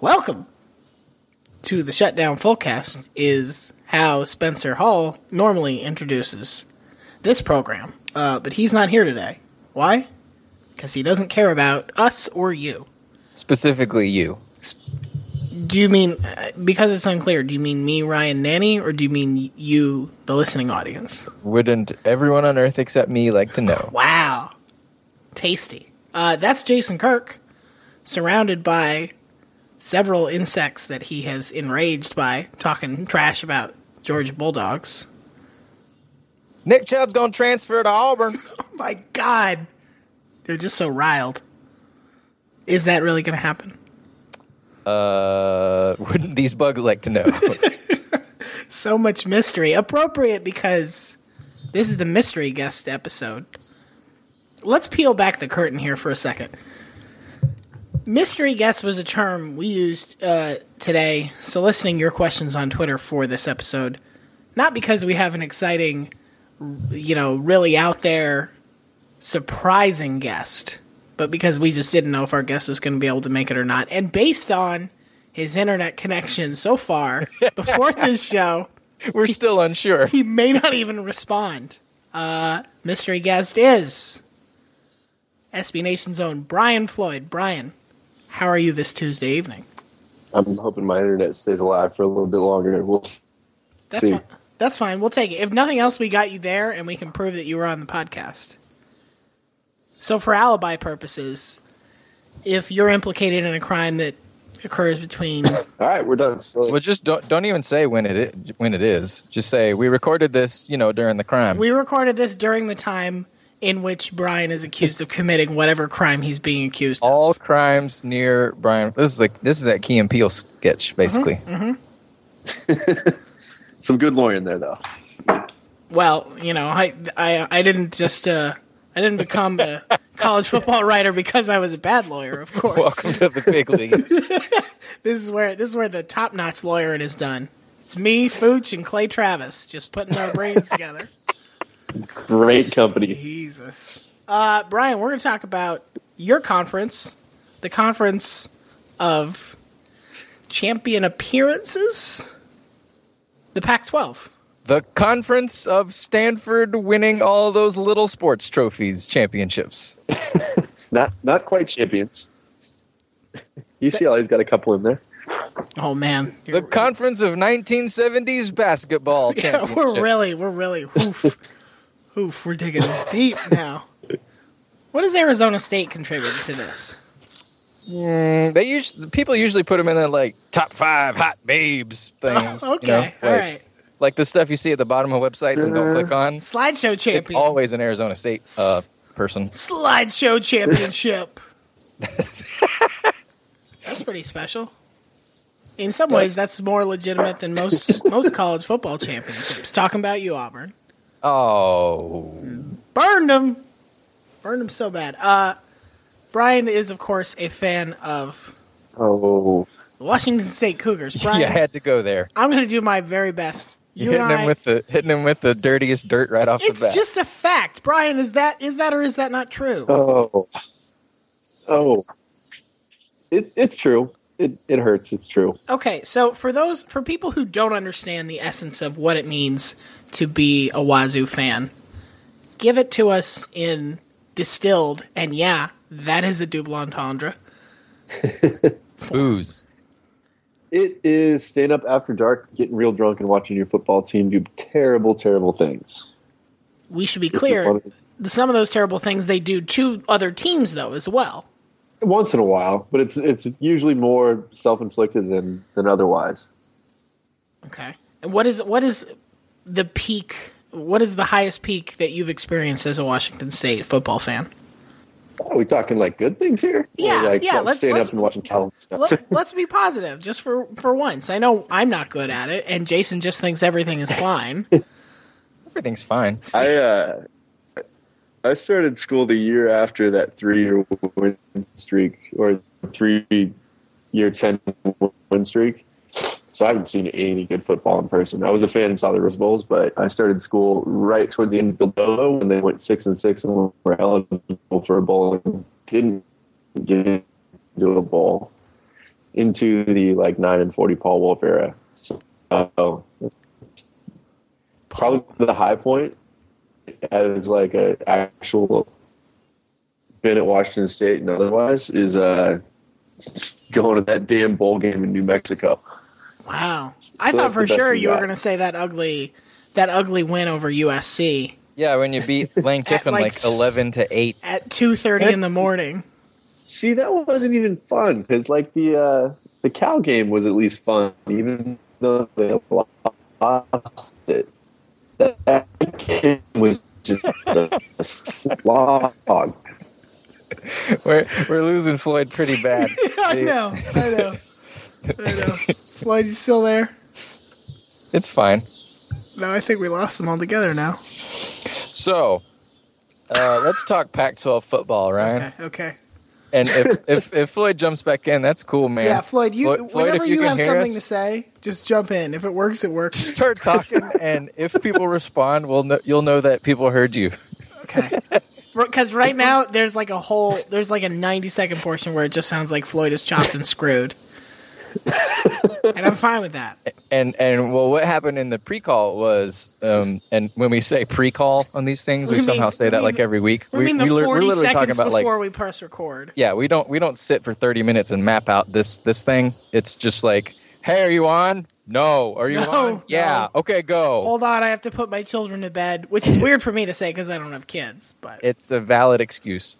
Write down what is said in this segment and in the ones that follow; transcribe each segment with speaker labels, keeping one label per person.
Speaker 1: Welcome to the Shutdown Fullcast is how Spencer Hall normally introduces this program. Uh, but he's not here today. Why? Because he doesn't care about us or you.
Speaker 2: Specifically, you.
Speaker 1: Do you mean, uh, because it's unclear, do you mean me, Ryan Nanny, or do you mean y- you, the listening audience?
Speaker 2: Wouldn't everyone on Earth except me like to know?
Speaker 1: Wow. Tasty. Uh, that's Jason Kirk, surrounded by several insects that he has enraged by talking trash about Georgia Bulldogs.
Speaker 2: Nick Chubb's gonna transfer to Auburn.
Speaker 1: My God. They're just so riled. Is that really going to happen?
Speaker 2: Uh, wouldn't these bugs like to know?
Speaker 1: So much mystery. Appropriate because this is the mystery guest episode. Let's peel back the curtain here for a second. Mystery guest was a term we used uh, today, soliciting your questions on Twitter for this episode. Not because we have an exciting, you know, really out there, surprising guest, but because we just didn't know if our guest was going to be able to make it or not. And based on his internet connection so far before this show,
Speaker 2: We're still unsure.
Speaker 1: he may not even respond. Uh, mystery guest is SB Nation's own Brian Floyd. Brian, how are you this Tuesday evening?
Speaker 3: I'm hoping my internet stays alive for a little bit longer. We'll s-
Speaker 1: That's
Speaker 3: see.
Speaker 1: fine. That's fine. We'll take it. If nothing else, we got you there, and we can prove that you were on the podcast. So, for alibi purposes, if you're implicated in a crime that occurs between
Speaker 3: All right, we're done. So,
Speaker 2: Well, just don't don't even say when it i- when it is. Just say we recorded this, you know, during the crime.
Speaker 1: We recorded this during the time in which Brian is accused of committing whatever crime he's being accused of.
Speaker 2: All crimes near Brian. This is like this is that Key and Peele sketch, basically.
Speaker 3: some good lawyering there, though.
Speaker 1: Well, you know, I I I didn't just uh I didn't become a college football writer because I was a bad lawyer, of course.
Speaker 2: Welcome to the big leagues.
Speaker 1: This is where this is where the top notch lawyering is done. It's me, Fooch, and Clay Travis just putting our brains together.
Speaker 3: Great company.
Speaker 1: Jesus. Uh, Brian, we're going to talk about your conference, the conference of champion appearances, the Pac 12.
Speaker 2: the conference of Stanford winning all those little sports trophies championships.
Speaker 3: Not not quite champions. UCLA's got a couple in there.
Speaker 1: Oh, man.
Speaker 2: The conference of 1970s basketball
Speaker 1: Yeah,
Speaker 2: championships.
Speaker 1: we're really, we're really, oof, oof, we're digging deep now. What does Arizona State contribute to this?
Speaker 2: Mm, they usually people usually put them in that like top five hot babes things.
Speaker 1: Oh, Okay,
Speaker 2: you know,
Speaker 1: all
Speaker 2: like-
Speaker 1: right.
Speaker 2: Like the stuff you see at the bottom of websites and don't click on.
Speaker 1: Slideshow champion.
Speaker 2: It's always an Arizona State uh, person.
Speaker 1: Slideshow championship. That's pretty special. In some ways, that's more legitimate than most most college football championships. Talking about you, Auburn.
Speaker 2: oh,
Speaker 1: Burned them. Burned them so bad. Uh, Brian is, of course, a fan of
Speaker 3: Oh,
Speaker 1: the Washington State Cougars. Brian,
Speaker 2: yeah, I had to go there.
Speaker 1: I'm going to do my very best. You
Speaker 2: hitting
Speaker 1: and I,
Speaker 2: him with the hitting him with the dirtiest dirt right off
Speaker 1: it's
Speaker 2: the bat.
Speaker 1: just a fact. Brian, is that is that or is that not true?
Speaker 3: oh, oh. It, it's true. It, it hurts. It's true.
Speaker 1: Okay, so for those for people who don't understand the essence of what it means to be a Wazoo fan, give it to us in distilled, and yeah, that is a double entendre.
Speaker 2: booze.
Speaker 3: It is staying up after dark, getting real drunk, and watching your football team do terrible, terrible things.
Speaker 1: We should be clear. Some of those terrible things they do to other teams, though, as well.
Speaker 3: Once in a while, but it's it's usually more self inflicted than than otherwise.
Speaker 1: Okay, and what is what is the peak? What is the highest peak that you've experienced as a Washington State football fan?
Speaker 3: Are we talking like good things here?
Speaker 1: Yeah,
Speaker 3: or like
Speaker 1: yeah,
Speaker 3: like,
Speaker 1: let's-
Speaker 3: staying
Speaker 1: let's-
Speaker 3: up and watching television.
Speaker 1: Let, let's be positive, just for for once. I know I'm not good at it, and Jason just thinks everything is fine.
Speaker 2: Everything's fine.
Speaker 3: I uh, I started school the year after that three-year win streak or three-year ten win streak. So I haven't seen any good football in person. I was a fan and saw the Rose Bowls, but I started school right towards the end of Bilbo when they went six and six and were eligible for a bowl and didn't get into a bowl. into the like nine and forty Paul Wolf era. So uh, probably the high point as like a actual been at Washington State and otherwise is uh going to that damn bowl game in New Mexico.
Speaker 1: Wow. I
Speaker 3: So
Speaker 1: thought
Speaker 3: that's
Speaker 1: for
Speaker 3: the best
Speaker 1: sure
Speaker 3: we
Speaker 1: you were
Speaker 3: got.
Speaker 1: going to say that ugly that ugly win over USC
Speaker 2: Yeah, when you beat Lane Kiffin
Speaker 1: like-
Speaker 2: like, eleven to eight.
Speaker 1: at 2:30 in the morning.
Speaker 3: See, that wasn't even fun because like the uh the cow game was at least fun, even though they lost it. That, that game was just a, a slog.
Speaker 2: We're we're losing Floyd pretty bad.
Speaker 1: I know. I know. I know. Floyd, you still there?
Speaker 2: It's fine.
Speaker 1: No, I think we lost them all together now.
Speaker 2: So, uh, let's talk Pac-12 football, Ryan.
Speaker 1: Okay. Okay.
Speaker 2: And if, if if Floyd jumps back in, that's cool, man.
Speaker 1: Yeah, Floyd, you
Speaker 2: Floyd- Floyd,
Speaker 1: whenever
Speaker 2: if
Speaker 1: you,
Speaker 2: you can
Speaker 1: have
Speaker 2: hear
Speaker 1: something
Speaker 2: us-
Speaker 1: to say, just jump in. If it works, it works.
Speaker 2: Start talking, and if people respond, we'll know, you'll know that people heard you.
Speaker 1: Okay. Because right now there's like a whole there's like a 90 second portion where it just sounds like Floyd is chopped and screwed, and I'm fine with that.
Speaker 2: And and well, what happened in the pre-call was, um, and when we say pre-call on these things,
Speaker 1: We
Speaker 2: we,
Speaker 1: mean-
Speaker 2: somehow say
Speaker 1: we
Speaker 2: that
Speaker 1: mean-
Speaker 2: like every week.
Speaker 1: We, mean the
Speaker 2: li-
Speaker 1: 40 seconds
Speaker 2: like
Speaker 1: before we press record.
Speaker 2: yeah, we don't we don't sit for thirty minutes and map out this this thing. It's just like, hey, are you on? No, are you
Speaker 1: No,
Speaker 2: on? Yeah,
Speaker 1: no.
Speaker 2: okay, go.
Speaker 1: Hold on, I have to put my children to bed, which is weird for me to say because I don't have kids. But
Speaker 2: it's a valid excuse.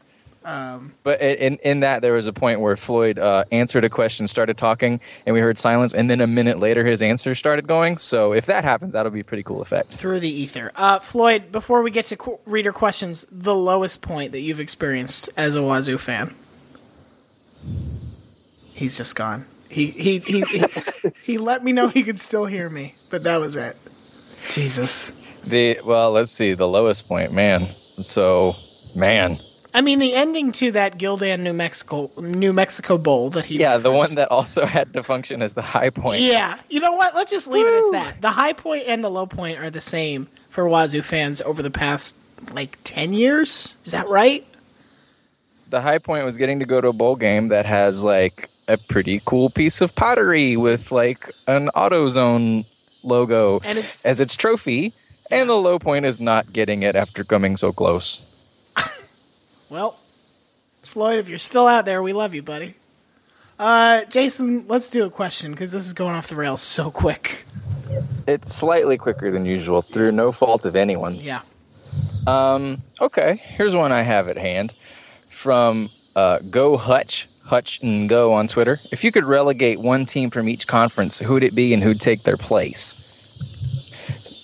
Speaker 1: um,
Speaker 2: But i- in in that there was a point where Floyd uh, answered a question, started talking, and we heard silence, and then a minute later his answer started going. So if that happens, that'll be a pretty cool effect.
Speaker 1: through the ether, uh, Floyd. Before we get to qu- reader questions, the lowest point that you've experienced as a Wazoo fan. He's just gone. He he he he, he let me know he could still hear me, but that was it. Jesus.
Speaker 2: The well, let's see, the lowest point, man. So man,
Speaker 1: I mean, the ending to that Gildan New Mexico New Mexico Bowl that he
Speaker 2: yeah, the one
Speaker 1: referenced.
Speaker 2: that also had to function as the high point.
Speaker 1: Yeah, you know what? Let's just leave it as that. The high point and the low point are the same for Wazoo fans over the past like ten years. Is that right?
Speaker 2: the high point was getting to go to a bowl game that has like a pretty cool piece of pottery with like an AutoZone logo
Speaker 1: And it's-
Speaker 2: as its trophy. And the low point is not getting it after coming so close.
Speaker 1: Well, Floyd, if you're still out there, we love you, buddy. Uh, Jason, let's do a question because this is going off the rails so quick.
Speaker 2: It's slightly quicker than usual through no fault of anyone's.
Speaker 1: Yeah.
Speaker 2: Um, okay, here's one I have at hand from uh, Go Hutch, Hutch and Go on Twitter. If you could relegate one team from each conference, who'd it be and who'd take their place?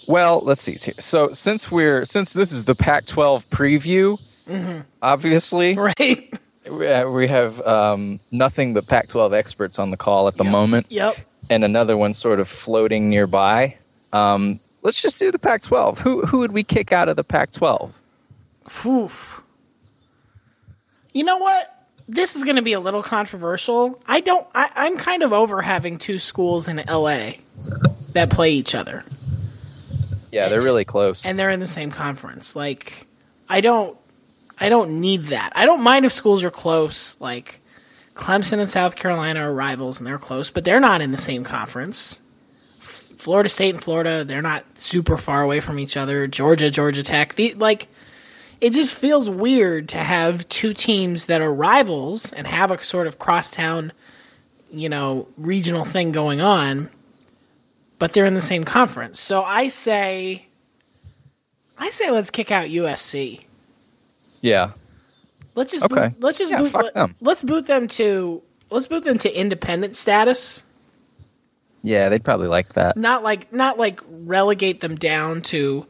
Speaker 2: Well, let's see. So since we're since this is the Pac-12 preview, obviously
Speaker 1: Right.
Speaker 2: we uh, we have um, nothing but Pac-12 experts on the call at the moment
Speaker 1: yep.
Speaker 2: and another one sort of floating nearby. Um, let's just do the Pac-12. Who who would we kick out of the Pac-12?
Speaker 1: Whew. You know what? This is going to be a little controversial. I don't. I, I'm kind of over having two schools in LA that play each other.
Speaker 2: Yeah, they're really close.
Speaker 1: and they're in the same conference. Like I don't I don't need that. I don't mind if schools are close, like Clemson and South Carolina are rivals and they're close, but they're not in the same conference. Florida State and Florida, they're not super far away from each other. Georgia, Georgia Tech, the, like it just feels weird to have two teams that are rivals and have a sort of crosstown, you know, regional thing going on, but they're in the same conference. So I say I say let's kick out USC.
Speaker 2: yeah.
Speaker 1: Let's just
Speaker 2: Okay.
Speaker 1: boot, let's just
Speaker 2: Yeah,
Speaker 1: boot,
Speaker 2: fuck them.
Speaker 1: us boot them to let's boot them to independent status.
Speaker 2: Yeah, they'd probably like that.
Speaker 1: Not like not like relegate them down to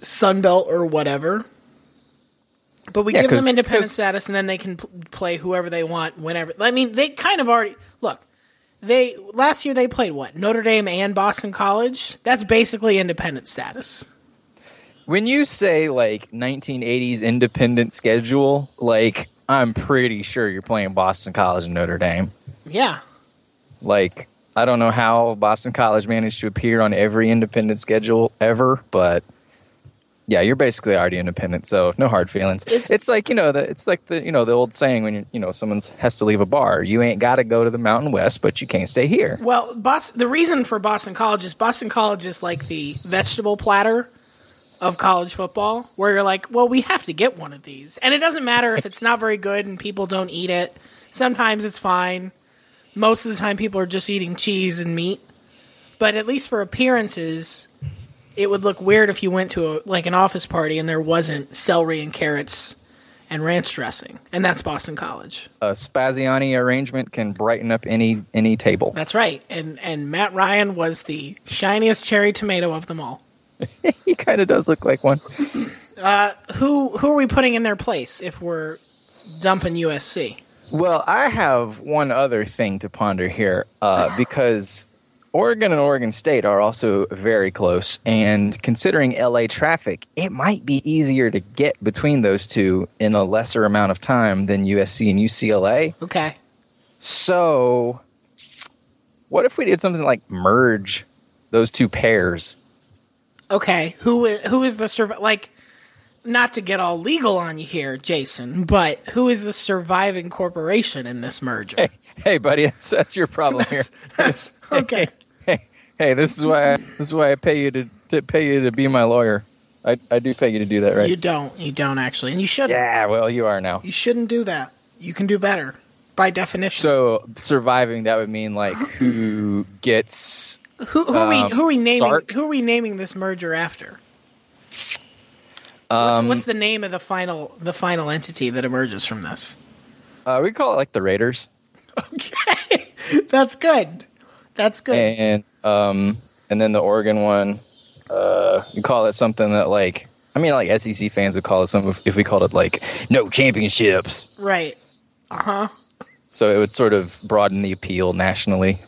Speaker 1: Sunbelt or whatever. But we
Speaker 2: Yeah,
Speaker 1: give them
Speaker 2: 'cause-
Speaker 1: independent
Speaker 2: 'cause-
Speaker 1: status, and then they can p- play whoever they want, whenever. I mean, they kind of already look. They last year they played what Notre Dame and Boston College. That's basically independent status.
Speaker 2: When you say like 1980s independent schedule, like I'm pretty sure you're playing Boston College and Notre Dame.
Speaker 1: Yeah,
Speaker 2: Like I don't know how Boston College managed to appear on every independent schedule ever, but yeah, you're basically already independent, so no hard feelings. It's, like you know the it's like the you know the old saying when you you know someone has to leave a bar, you ain't got to go to the Mountain West, but you can't stay here.
Speaker 1: Well, Boston, the reason for Boston College is Boston College is like the vegetable platter of college football, where you're like, well, we have to get one of these. And it doesn't matter if it's not very good and people don't eat it. Sometimes it's fine. Most of the time, people are just eating cheese and meat. But at least for appearances, it would look weird if you went to a, like an office party and there wasn't celery and carrots and ranch dressing. And that's Boston College.
Speaker 2: A Spaziani arrangement can brighten up any any table.
Speaker 1: That's right. And and Matt Ryan was the shiniest cherry tomato of them all.
Speaker 2: He kind of does look like one.
Speaker 1: Who who are we putting in their place if we're dumping USC?
Speaker 2: Well, I have one other thing to ponder here uh, because Oregon and Oregon State are also very close. And considering LA traffic, it might be easier to get between those two in a lesser amount of time than USC and UCLA.
Speaker 1: Okay.
Speaker 2: So, what if we did something like merge those two pairs?
Speaker 1: Okay. Who i- who is the survi- like not to get all legal on you here, Jason, but who is the surviving corporation in this merger?
Speaker 2: Hey, buddy, that's, that's your problem here.
Speaker 1: okay.
Speaker 2: Hey, hey, this is why I, this is why I pay you to, to pay you to be my lawyer. I, I do pay you to do that, right?
Speaker 1: You don't. You don't actually. And you shouldn't.
Speaker 2: yeah, well, you are now.
Speaker 1: You shouldn't do that. You can do better by definition.
Speaker 2: So surviving that would mean like who gets
Speaker 1: who, who are
Speaker 2: um,
Speaker 1: we who are we naming
Speaker 2: Sark?
Speaker 1: who are we naming this merger after? What's, what's the name of the final the final entity that emerges from this?
Speaker 2: uh, we call it like the Raiders
Speaker 1: Okay, that's good. That's good.
Speaker 2: and um and then the Oregon one uh we call it something that like I mean like SEC fans would call it something if we called it like no championships
Speaker 1: Right. Uh huh.
Speaker 2: so it would sort of broaden the appeal nationally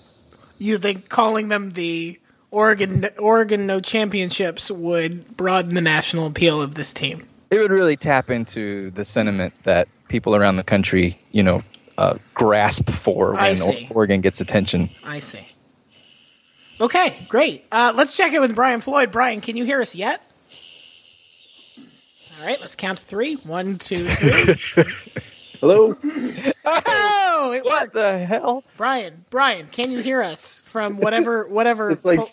Speaker 1: You think calling them the Oregon Oregon no championships would broaden the national appeal of this team?
Speaker 2: it would really tap into the sentiment that people around the country, you know, uh, grasp for
Speaker 1: I
Speaker 2: when
Speaker 1: see.
Speaker 2: Oregon gets attention.
Speaker 1: I see. Okay, great. Uh, let's check in with Brian Floyd. Brian, can you hear us yet? All right, let's count to three. One, two, three.
Speaker 3: Hello?
Speaker 1: oh, it worked.
Speaker 2: What the hell?
Speaker 1: Brian, Brian, can you hear us from whatever whatever?
Speaker 3: It's like
Speaker 1: po-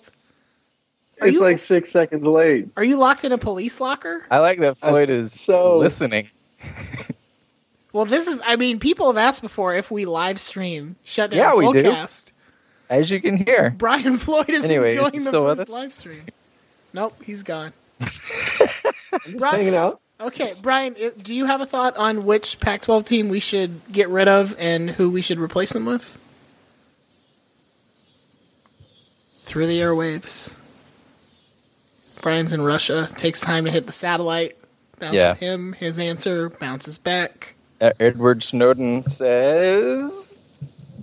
Speaker 1: are
Speaker 3: it's
Speaker 1: you
Speaker 3: like six seconds late.
Speaker 1: are you locked in a police locker?
Speaker 2: I like that Floyd is
Speaker 3: so-
Speaker 2: listening.
Speaker 1: Well, this is. I mean, people have asked before if we live stream shut down
Speaker 2: Yeah, we do.
Speaker 1: Fullcast.
Speaker 2: As you can hear,
Speaker 1: Brian Floyd is
Speaker 2: Anyway, is he
Speaker 1: enjoying the
Speaker 2: still with
Speaker 1: first
Speaker 2: us?
Speaker 1: live stream. Nope, he's gone.
Speaker 3: Just
Speaker 1: Right.
Speaker 3: hanging out.
Speaker 1: Okay, Brian, i- do you have a thought on which Pac-12 team we should get rid of and who we should replace them with? Through the airwaves. Brian's in Russia. Takes time to hit the satellite. Bounces
Speaker 2: Yeah.
Speaker 1: him. His answer bounces back.
Speaker 2: uh, Edward Snowden says,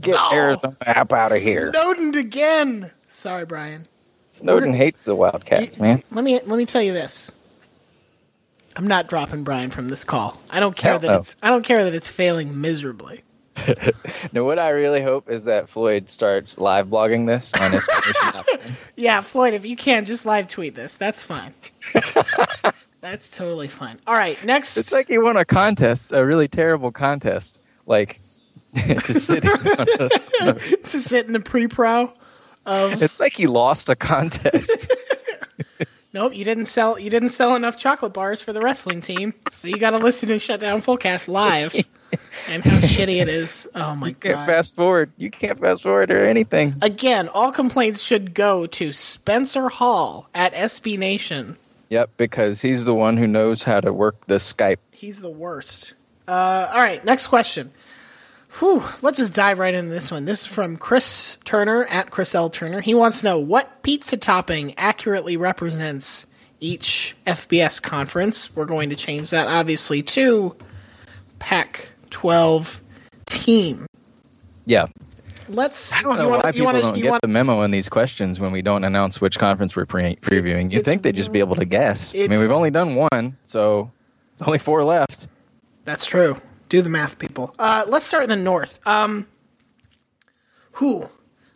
Speaker 2: "Get
Speaker 1: No.
Speaker 2: Arizona app out of here."
Speaker 1: Snowden again. Sorry, Brian.
Speaker 2: Snowden hates the Wildcats,
Speaker 1: Do-
Speaker 2: man.
Speaker 1: Let me let me tell you this. I'm not dropping Brian from this call. I don't care
Speaker 2: Hell
Speaker 1: that
Speaker 2: no.
Speaker 1: it's I don't care that it's failing miserably.
Speaker 2: Now, what I really hope is that Floyd starts live blogging this on his.
Speaker 1: Yeah, Floyd, if you can just live tweet this. That's fine. That's totally fine. All right, next
Speaker 2: It's like he won a contest, a really terrible contest, like to sit.
Speaker 1: to sit in the pre-pro.
Speaker 2: It's like he lost a contest.
Speaker 1: Nope, you didn't sell you didn't sell enough chocolate bars for the wrestling team. So you got to listen to Shutdown Fullcast live and how shitty it is. Oh my
Speaker 2: can't
Speaker 1: god.
Speaker 2: fast forward. You can't fast forward or anything.
Speaker 1: Again, all complaints should go to Spencer Hall at SB Nation.
Speaker 2: Yep, because he's the one who knows how to work the Skype.
Speaker 1: He's the worst. Uh, all right, next question. Whew, let's just dive right into this one. This is from Chris Turner at Chris L. Turner. He wants to know what pizza topping accurately represents each FBS conference. We're going to change that, obviously, to Pac 12 team.
Speaker 2: Yeah,
Speaker 1: Let's.
Speaker 2: I don't know
Speaker 1: wanna-
Speaker 2: why people
Speaker 1: wanna-
Speaker 2: don't
Speaker 1: Oh, you
Speaker 2: get
Speaker 1: wanna-
Speaker 2: the memo in these questions when we don't announce which conference we're pre- previewing. You
Speaker 1: It's
Speaker 2: think they'd just be able to guess? I mean,
Speaker 1: it's-
Speaker 2: we've only done one, so there's only four left.
Speaker 1: That's true. Do the math, people. Uh, let's start in the north. Um, who?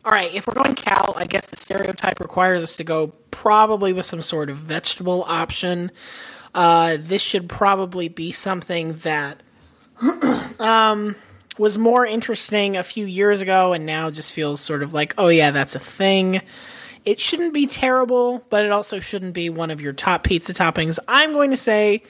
Speaker 1: All right. If we're going Cal, I guess the stereotype requires us to go probably with some sort of vegetable option. Uh, this should probably be something that um, was more interesting a few years ago and now just feels sort of like, oh, yeah, that's a thing. It shouldn't be terrible, but it also shouldn't be one of your top pizza toppings. I'm going to say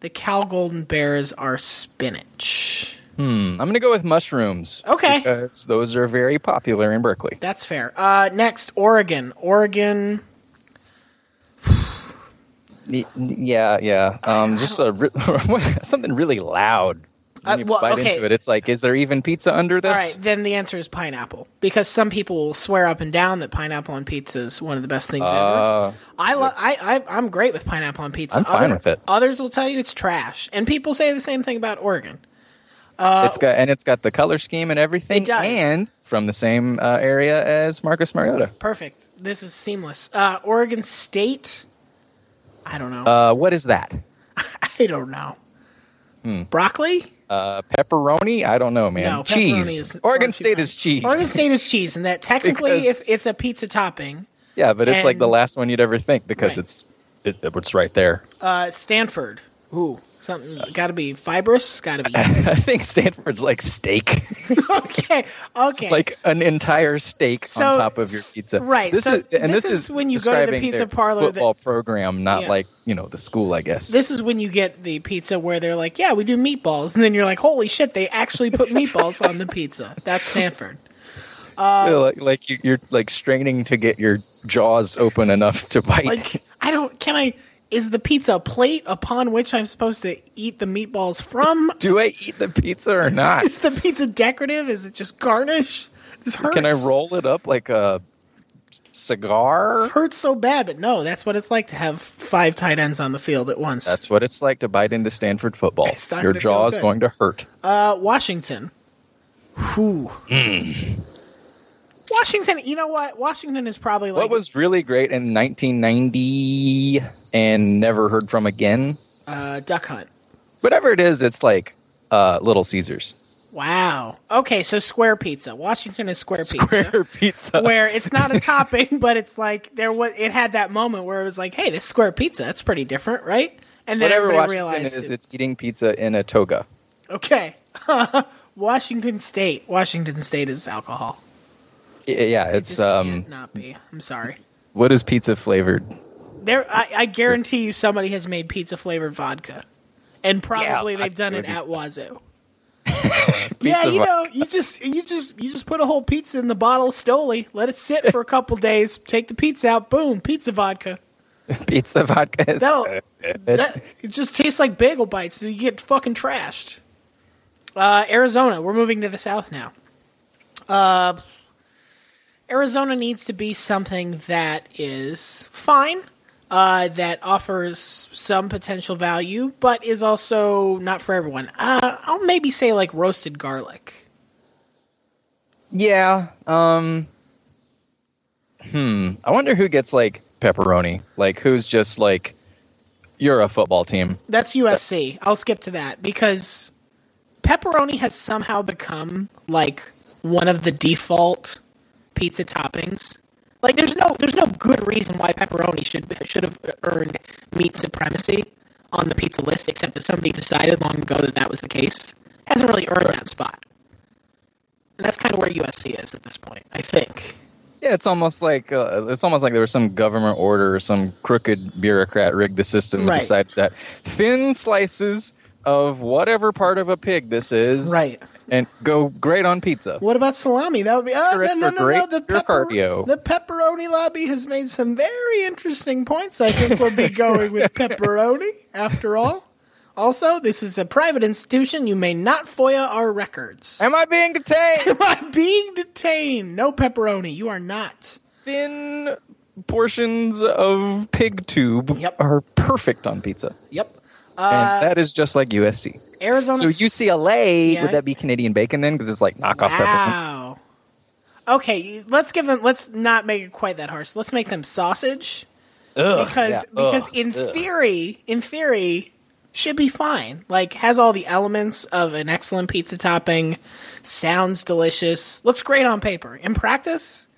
Speaker 1: the Cal Golden Bears are spinach.
Speaker 2: Hmm. I'm going to go with mushrooms.
Speaker 1: Okay.
Speaker 2: Because those are very popular in Berkeley.
Speaker 1: That's fair. Uh, next, Oregon. Oregon.
Speaker 2: Y- Yeah, yeah. Um, just a re- something really loud. When
Speaker 1: Uh,
Speaker 2: you
Speaker 1: well,
Speaker 2: bite
Speaker 1: okay.
Speaker 2: into it, it's like, is there even pizza under this?
Speaker 1: All right, then the answer is pineapple because some people will swear up and down that pineapple on pizza is one of the best things ever.
Speaker 2: Uh,
Speaker 1: I, lo- I, I I'm great with pineapple on pizza.
Speaker 2: I'm fine with it.
Speaker 1: Others will tell you it's trash, and people say the same thing about Oregon.
Speaker 2: it's got and it's got the color scheme and everything,
Speaker 1: Uh, It does.
Speaker 2: and from the same uh, area as Marcus Mariota.
Speaker 1: Perfect. This is seamless. Uh, Oregon State. I don't know.
Speaker 2: Uh, what is that?
Speaker 1: I don't know.
Speaker 2: hmm.
Speaker 1: Broccoli.
Speaker 2: Uh, pepperoni? I don't know, man.
Speaker 1: No, pepperoni
Speaker 2: cheese.
Speaker 1: is-
Speaker 2: Oregon
Speaker 1: or
Speaker 2: State
Speaker 1: pepperoni.
Speaker 2: is cheese.
Speaker 1: Oregon State is cheese, and that technically,
Speaker 2: Because-
Speaker 1: if it's a pizza topping,
Speaker 2: yeah, but it's like the
Speaker 1: and-
Speaker 2: last one you'd ever think because
Speaker 1: Right.
Speaker 2: it's it, it's right there.
Speaker 1: uh, Stanford. Ooh, something got to be fibrous. Got to be
Speaker 2: I think Stanford's like steak,
Speaker 1: okay. Okay.
Speaker 2: like an entire steak on top of your
Speaker 1: s-
Speaker 2: pizza.
Speaker 1: right,
Speaker 2: This
Speaker 1: so
Speaker 2: is, and
Speaker 1: this
Speaker 2: this,
Speaker 1: is when you go to the
Speaker 2: describing
Speaker 1: pizza
Speaker 2: their
Speaker 1: parlor that-
Speaker 2: football program, not
Speaker 1: Yeah.
Speaker 2: like you know the school, I guess.
Speaker 1: this is when you get the pizza where they're like, "Yeah, we do meatballs," and then you're like, "Holy shit, they actually put meatballs on the pizza." That's Stanford.
Speaker 2: Yeah, like like you, you're like straining to get your jaws open enough to bite.
Speaker 1: Like, I don't. Can I? Is the pizza a plate upon which I'm supposed to eat the meatballs from?
Speaker 2: Do I eat the pizza or not?
Speaker 1: is the pizza decorative? Is it just garnish? This hurts.
Speaker 2: Can I roll it up like a cigar?
Speaker 1: This hurts so bad, but no, that's what it's like to have five tight ends on the field at once.
Speaker 2: That's what it's like to bite into Stanford football.
Speaker 1: It's not
Speaker 2: Your
Speaker 1: gonna feel
Speaker 2: jaw is
Speaker 1: good.
Speaker 2: going to hurt.
Speaker 1: Uh, Washington. Whew.
Speaker 2: Hmm.
Speaker 1: Washington, you know what? Washington is probably like
Speaker 2: What was really great in 1990 and never heard from again?
Speaker 1: uh, Duck Hunt.
Speaker 2: Whatever it is, it's like uh, Little Caesars.
Speaker 1: Wow. Okay, so square pizza. Washington is square pizza.
Speaker 2: Square pizza.
Speaker 1: Where it's not a topping, but it's like there was it had that moment where it was like, hey, this square pizza, that's pretty different, right? And then
Speaker 2: Whatever
Speaker 1: everybody
Speaker 2: Washington
Speaker 1: realized
Speaker 2: is,
Speaker 1: it.
Speaker 2: it's eating pizza in a toga.
Speaker 1: Okay. Washington State. Washington State is alcohol.
Speaker 2: Y- Yeah, it's
Speaker 1: This
Speaker 2: um.
Speaker 1: can't not be. I'm sorry.
Speaker 2: What is pizza flavored?
Speaker 1: There, I, I guarantee you, somebody has made pizza flavored vodka, and probably
Speaker 2: Yeah,
Speaker 1: they've done it
Speaker 2: vodka
Speaker 1: at Wazoo. yeah,
Speaker 2: Pizza
Speaker 1: you
Speaker 2: vo-
Speaker 1: know, you just you just you just put a whole pizza in the bottle of Stoli, let it sit for a couple days, take the pizza out, boom, pizza vodka.
Speaker 2: Pizza vodka. is-
Speaker 1: That'll- That it just tastes like bagel bites, so you get fucking trashed. Uh, Arizona, we're moving to the south now. Uh, Arizona needs to be something that is fine, uh, that offers some potential value, but is also not for everyone. Uh, I'll maybe say like roasted garlic.
Speaker 2: Yeah. Um. Hmm. I wonder who gets like pepperoni. Like who's just like, you're a football team.
Speaker 1: That's USC. I'll skip to that because pepperoni has somehow become like one of the default pizza toppings. Like there's no there's no good reason why pepperoni should should have earned meat supremacy on the pizza list except that somebody decided long ago that that was the case. Hasn't really earned that spot. And that's kind of where USC is at this point, I think.
Speaker 2: Yeah, it's almost like uh, it's almost like there was some government order or some crooked bureaucrat rigged the system and
Speaker 1: Right.
Speaker 2: decided that thin slices of whatever part of a pig this is,
Speaker 1: Right.
Speaker 2: and go great on pizza.
Speaker 1: What about salami? That would be oh,
Speaker 2: Correct
Speaker 1: no, no,
Speaker 2: for
Speaker 1: no, no.
Speaker 2: great
Speaker 1: The,
Speaker 2: pure
Speaker 1: pepper-
Speaker 2: cardio.
Speaker 1: the pepperoni lobby has made some very interesting points. I think we'll be going with pepperoni after all. Also, this is a private institution. You may not FOIA our records. Am
Speaker 2: Am I being detained?
Speaker 1: I being detained? No pepperoni. You are not.
Speaker 2: thin portions of pig tube
Speaker 1: Yep. Uh,
Speaker 2: are perfect on pizza,
Speaker 1: Yep.
Speaker 2: and that is just like USC.
Speaker 1: Arizona.
Speaker 2: So UCLA
Speaker 1: Yeah.
Speaker 2: would that be Canadian bacon then? Because it's like knockoff pepperoni.
Speaker 1: Wow. Okay, you- let's give them. Let's not make it quite that harsh. Let's make them sausage. because
Speaker 2: yeah,
Speaker 1: because
Speaker 2: ugh,
Speaker 1: in theory, in theory, should be fine. Like has all the elements of an excellent pizza topping. Sounds delicious. Looks great on paper. In practice,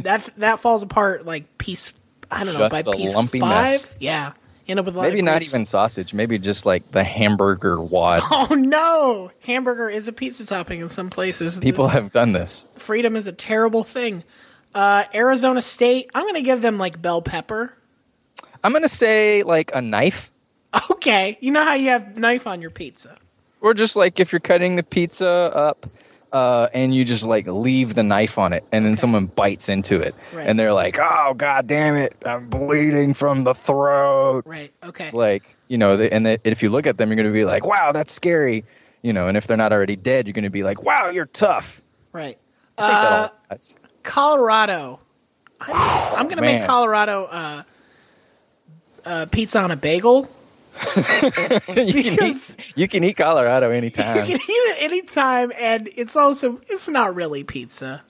Speaker 1: that that falls apart like piece I don't know,
Speaker 2: Just
Speaker 1: by
Speaker 2: a
Speaker 1: piece
Speaker 2: lumpy
Speaker 1: five.
Speaker 2: mess.
Speaker 1: Yeah, end up with a lot
Speaker 2: Maybe
Speaker 1: of
Speaker 2: not
Speaker 1: grease.
Speaker 2: even sausage. Maybe just like the hamburger wad.
Speaker 1: Oh no! Hamburger is a pizza topping in some places.
Speaker 2: People
Speaker 1: This-
Speaker 2: have done this.
Speaker 1: freedom is a terrible thing. Uh, Arizona State, I'm gonna give them like bell pepper.
Speaker 2: I'm gonna say like a knife,
Speaker 1: Okay, you know how you have knife on your pizza.
Speaker 2: or just like if you're cutting the pizza up, uh, and you just like leave the knife on it, and then someone bites into it,
Speaker 1: Right.
Speaker 2: and they're like, "Oh god damn it, I'm bleeding from the throat."
Speaker 1: Right. Okay.
Speaker 2: Like you know, they, and they, if you look at them, you're gonna be like, "Wow, that's scary," you know. And if they're not already dead, you're gonna be like, "Wow, you're tough."
Speaker 1: Right.
Speaker 2: I think
Speaker 1: Uh,
Speaker 2: that'll- that's-
Speaker 1: Colorado. I'm, I'm gonna make
Speaker 2: Man.
Speaker 1: Colorado uh, uh, pizza on a bagel.
Speaker 2: you, can
Speaker 1: because-
Speaker 2: eat, you can eat Colorado anytime.
Speaker 1: You can eat it anytime, and it's also it's not really pizza.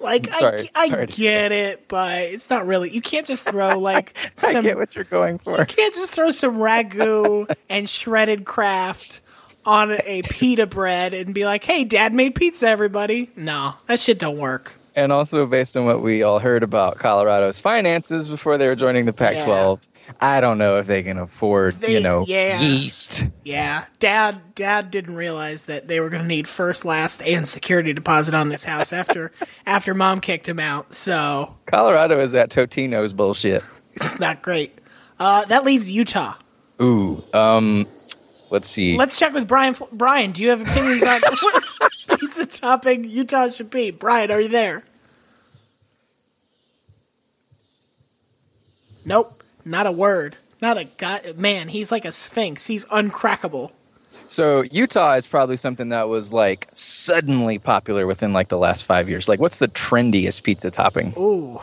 Speaker 1: Like
Speaker 2: Sorry,
Speaker 1: I, I
Speaker 2: sorry to
Speaker 1: get it, but it's not really. You can't just throw like
Speaker 2: I
Speaker 1: some
Speaker 2: get what you're going for.
Speaker 1: You can't just throw some ragu and shredded craft on a pita bread and be like, "Hey, Dad made pizza, everybody." No, that shit don't work.
Speaker 2: and also based on what we all heard about Colorado's finances before they were joining the Pac-12, I don't know if they can afford,
Speaker 1: They-
Speaker 2: you know,
Speaker 1: yeah.
Speaker 2: yeast.
Speaker 1: Yeah, Dad, Dad didn't realize that they were gonna need first, last, and security deposit on this house after after Mom kicked him out. So
Speaker 2: Colorado is that Totino's bullshit.
Speaker 1: it's not great. Uh, that leaves Utah.
Speaker 2: Ooh, um, let's see.
Speaker 1: Let's check with Brian. Fl- Brian, do you have opinions on what pizza topping Utah should be? Brian, are you there? Nope, not a word. Not a god. Man, he's like a sphinx. He's uncrackable.
Speaker 2: so Utah is probably something that was like suddenly popular within like the last five years. Like, what's the trendiest pizza topping?
Speaker 1: Ooh,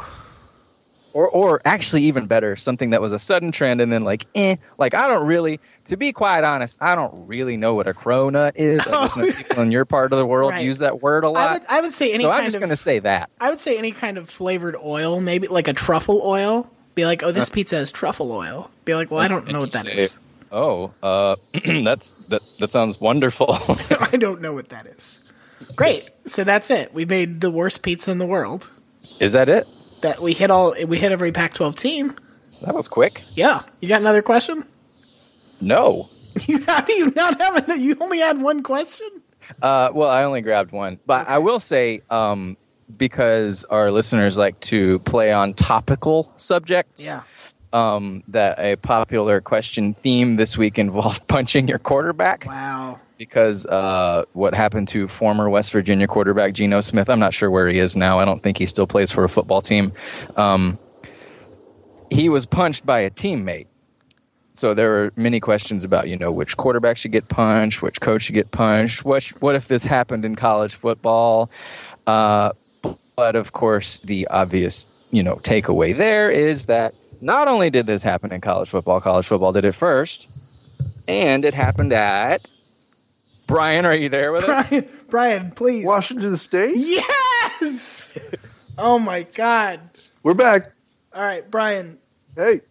Speaker 2: Or, or actually, even better, something that was a sudden trend and then like, eh. Like, I don't really, to be quite honest, I don't really know what a cronut is. I just know people in your part of the world
Speaker 1: Right.
Speaker 2: use that word a lot.
Speaker 1: I would, I would say any
Speaker 2: so
Speaker 1: kind
Speaker 2: I'm just
Speaker 1: of.
Speaker 2: going to say that.
Speaker 1: I would say any kind of flavored oil, maybe like a truffle oil. Be like, oh, this pizza has truffle oil. Be like, well, I don't know what that is.
Speaker 2: Oh, uh, that's that. That sounds wonderful.
Speaker 1: I don't know what that is. Great. So that's it. We made the worst pizza in the world.
Speaker 2: Is that it?
Speaker 1: that we hit all we hit every Pac-12 team.
Speaker 2: That was quick.
Speaker 1: Yeah, you got another question?
Speaker 2: No.
Speaker 1: You how do you not have an, you only had one question?
Speaker 2: Uh, well, I only grabbed one, but I will say um, because our listeners like to play on topical subjects. Um, that a popular question theme this week involved punching your quarterback.
Speaker 1: Wow.
Speaker 2: because uh, what happened to former West Virginia quarterback Geno Smith? I'm not sure where he is now. I don't think he still plays for a football team. Um, he was punched by a teammate. So there were many questions about, you know, which quarterback should get punched, which coach should get punched, what what if this happened in college football? Uh, but of course, the obvious, you know, takeaway there is that not only did this happen in college football, college football did it first, and it happened at Brian, are you there with us?
Speaker 1: Brian, Brian, please.
Speaker 4: Washington State?
Speaker 1: Yes. Oh my god.
Speaker 4: We're back.
Speaker 1: All right, Brian,
Speaker 4: Hey.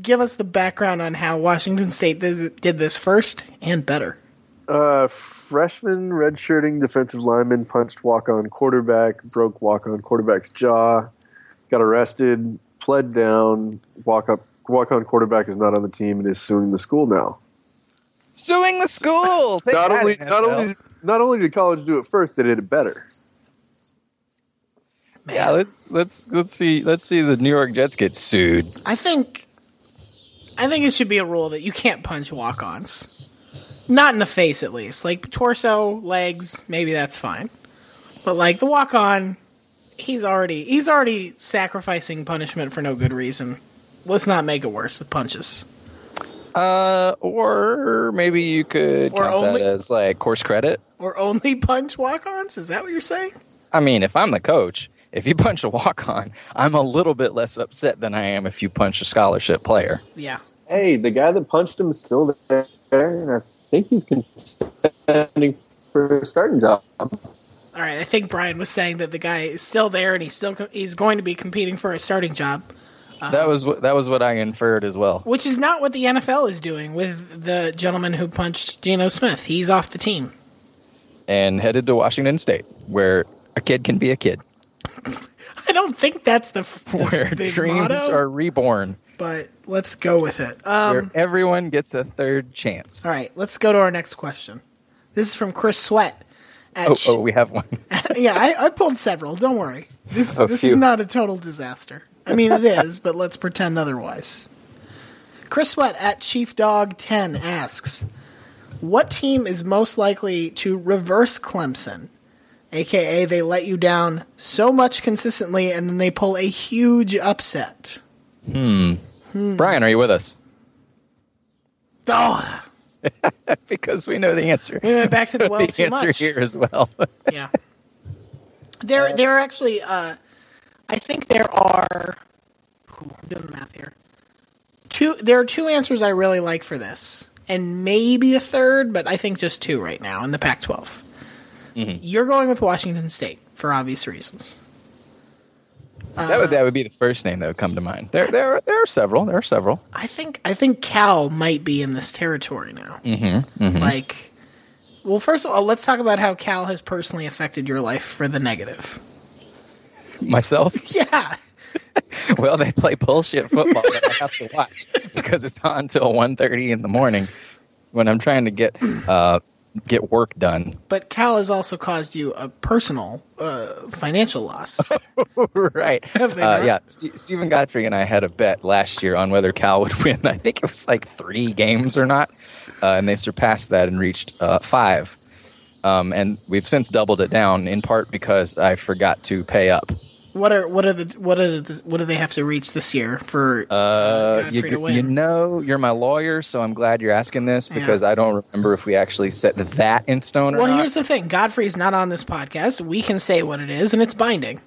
Speaker 1: give us the background on how Washington State this, did this first and better.
Speaker 4: Uh, freshman redshirting defensive lineman punched walk on quarterback, broke walk on quarterback's jaw, got arrested, pled down. Walk up, walk on quarterback is not on the team and is suing the school now.
Speaker 2: Suing the school. Take
Speaker 4: Not
Speaker 2: that,
Speaker 4: only, not
Speaker 2: NFL.
Speaker 4: only, not only did college do it first, they did it better.
Speaker 2: Yeah, let's let's let's see let's see the New York Jets get sued.
Speaker 1: I think I think it should be a rule that you can't punch walk-ons. Not in the face at least. Like torso, legs, maybe that's fine. But like the walk-on, he's already he's already sacrificing punishment for no good reason. Let's not make it worse with punches.
Speaker 2: Uh, or maybe you could
Speaker 1: Or
Speaker 2: count
Speaker 1: only-
Speaker 2: that as like course credit.
Speaker 1: Or only punch walk-ons? Is that what you're saying?
Speaker 2: I mean, if I'm the coach, if you punch a walk on, I'm a little bit less upset than I am if you punch a scholarship player.
Speaker 1: Yeah.
Speaker 3: Hey, the guy that punched him is still there, and I think he's contending for a starting job.
Speaker 1: All right, I think Brian was saying that the guy is still there and he's still co- he's going to be competing for a starting job.
Speaker 4: Uh-huh.
Speaker 2: that was what that was what I inferred as well.
Speaker 1: Which is not what the NFL is doing with the gentleman who punched Geno Smith. He's off the team.
Speaker 2: And headed to Washington State, where a kid can be a kid.
Speaker 4: I don't think that's the, f- the
Speaker 2: where
Speaker 4: the
Speaker 2: dreams
Speaker 4: motto,
Speaker 2: are reborn,
Speaker 4: But let's go with it.
Speaker 2: where
Speaker 4: Um,
Speaker 2: everyone gets a third chance.
Speaker 4: all right, let's go to our next question. This is from Chris Sweat. At
Speaker 2: Oh,
Speaker 4: Ch-
Speaker 2: oh, we have one.
Speaker 4: yeah, I, I pulled several. Don't worry. This
Speaker 2: A
Speaker 4: this
Speaker 2: few.
Speaker 4: is not a total disaster. I mean, it is, but let's pretend otherwise. Chris Sweat at Chief Dog Ten asks, "What team is most likely to reverse Clemson, aka they let you down so much consistently and then they pull a huge upset?"
Speaker 2: Brian, are you with us?
Speaker 4: Oh,
Speaker 2: Because we know the answer.
Speaker 4: we went back to the well
Speaker 2: the
Speaker 4: too
Speaker 2: answer
Speaker 4: much.
Speaker 2: here as well.
Speaker 4: yeah. There, there are actually. Uh, I think there are. Ooh, I'm doing the math here. Two. There are two answers I really like for this, and maybe a third, but I think just two right now in the Pac-12. You're going with Washington State for obvious reasons.
Speaker 2: that
Speaker 4: Uh,
Speaker 2: would that would be the first name that would come to mind. There there are, there are several. There are several.
Speaker 4: I think I think Cal might be in this territory now. Mm-hmm, Like, well, first of all, let's talk about how Cal has personally affected your life for the negative.
Speaker 2: Myself.
Speaker 4: Yeah.
Speaker 2: Well, they play bullshit football that I have to watch because it's on till 1.30 in the morning when I'm trying to get uh, get work done.
Speaker 4: But Cal has also caused you a personal uh, financial loss.
Speaker 2: right.
Speaker 4: they
Speaker 2: Uh,
Speaker 4: not?
Speaker 2: yeah. Ste Stephen Godfrey and I had a bet last year on whether Cal would win. I think it was like three games or not, uh, and they surpassed that and reached uh, five. Um, and we've since doubled it down in part because I forgot to pay up.
Speaker 4: what are what are the what are the, what do they have to reach this year for
Speaker 2: Uh,
Speaker 4: Godfrey
Speaker 2: you,
Speaker 4: to win?
Speaker 2: you know, you're my lawyer, so I'm glad you're asking this because I don't remember if we actually set that in stone or
Speaker 4: well,
Speaker 2: not.
Speaker 4: here's the thing: Godfrey's not on this podcast. We can say what it is, and it's binding.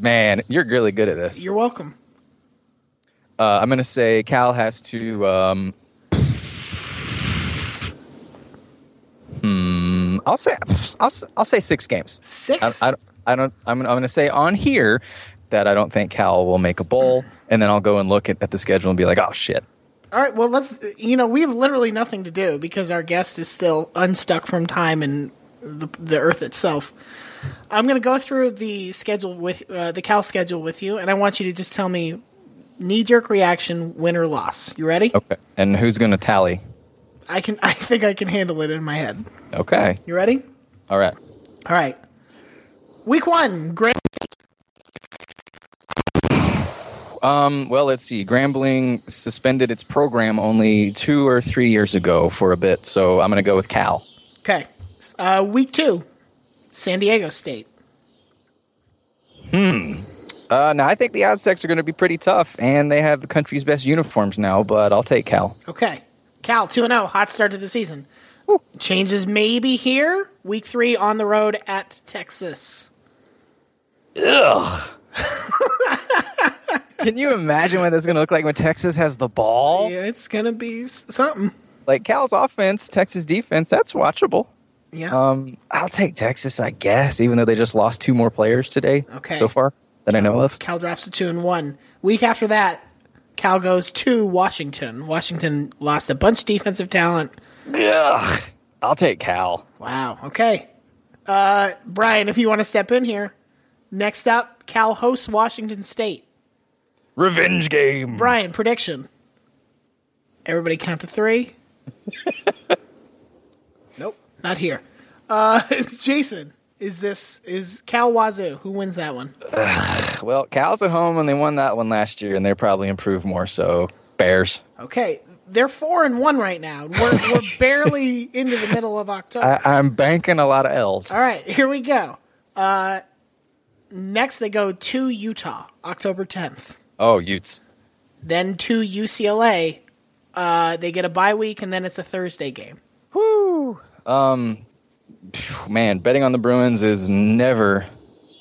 Speaker 2: Man, you're really good at this.
Speaker 4: You're welcome.
Speaker 2: Uh, I'm going to say Cal has to. Um, hmm. I'll say I'll, s- I'll say six games. I,
Speaker 4: Six.
Speaker 2: I, I don't. I'm, I'm going to say on here that I don't think Cal will make a bowl, and then I'll go and look at, at the schedule and be like, oh shit.
Speaker 4: All right. Well, let's. You know, we have literally nothing to do because our guest is still unstuck from time and the, the Earth itself. I'm going to go through the schedule with uh, the Cal schedule with you, and I want you to just tell me knee jerk reaction, win or loss. You ready?
Speaker 2: Okay. And who's going to tally?
Speaker 4: I can. I think I can handle it in my head.
Speaker 2: Okay.
Speaker 4: You ready?
Speaker 2: All right.
Speaker 4: All right. Week one, Graham.
Speaker 2: Um, well, let's see. Grambling suspended its program only two or three years ago for a bit, so I'm going to go with Cal.
Speaker 4: Okay. Uh, week two, San Diego State.
Speaker 2: Uh, now, I think the Aztecs are going to be pretty tough, and they have the country's best uniforms now, but I'll take Cal.
Speaker 4: Okay. Cal, 2 0, hot start to the season. Changes maybe here. Week three on the road at Texas.
Speaker 2: Ugh. Can you imagine what that's going to look like when Texas has the ball?
Speaker 4: Yeah, it's going to be s- something.
Speaker 2: Like Cal's offense, Texas defense, that's watchable.
Speaker 4: Yeah.
Speaker 2: Um, I'll take Texas, I guess, even though they just lost two more players today
Speaker 4: Okay.
Speaker 2: so far that I know of.
Speaker 4: Cal drops to 2 and 1. Week after that, Cal goes to Washington. Washington lost a bunch of defensive talent.
Speaker 2: Ugh. I'll take Cal.
Speaker 4: Wow. Okay. Uh, Brian, if you want to step in here. Next up, Cal hosts Washington State.
Speaker 2: Revenge game.
Speaker 4: Brian, prediction. Everybody count to three. nope, not here. Uh, Jason, is this is Cal Wazoo? Who wins that one?
Speaker 2: Well, Cal's at home and they won that one last year, and they probably improved more. So Bears.
Speaker 4: Okay, they're four and one right now. We're we're barely into the middle of October.
Speaker 2: I, I'm banking a lot of L's.
Speaker 4: All right, here we go. Uh, next they go to Utah, October tenth.
Speaker 2: Oh, Utes.
Speaker 4: Then to UCLA. Uh, they get a bye week and then it's a Thursday game.
Speaker 2: Woo. Um, phew, man, betting on the Bruins is never.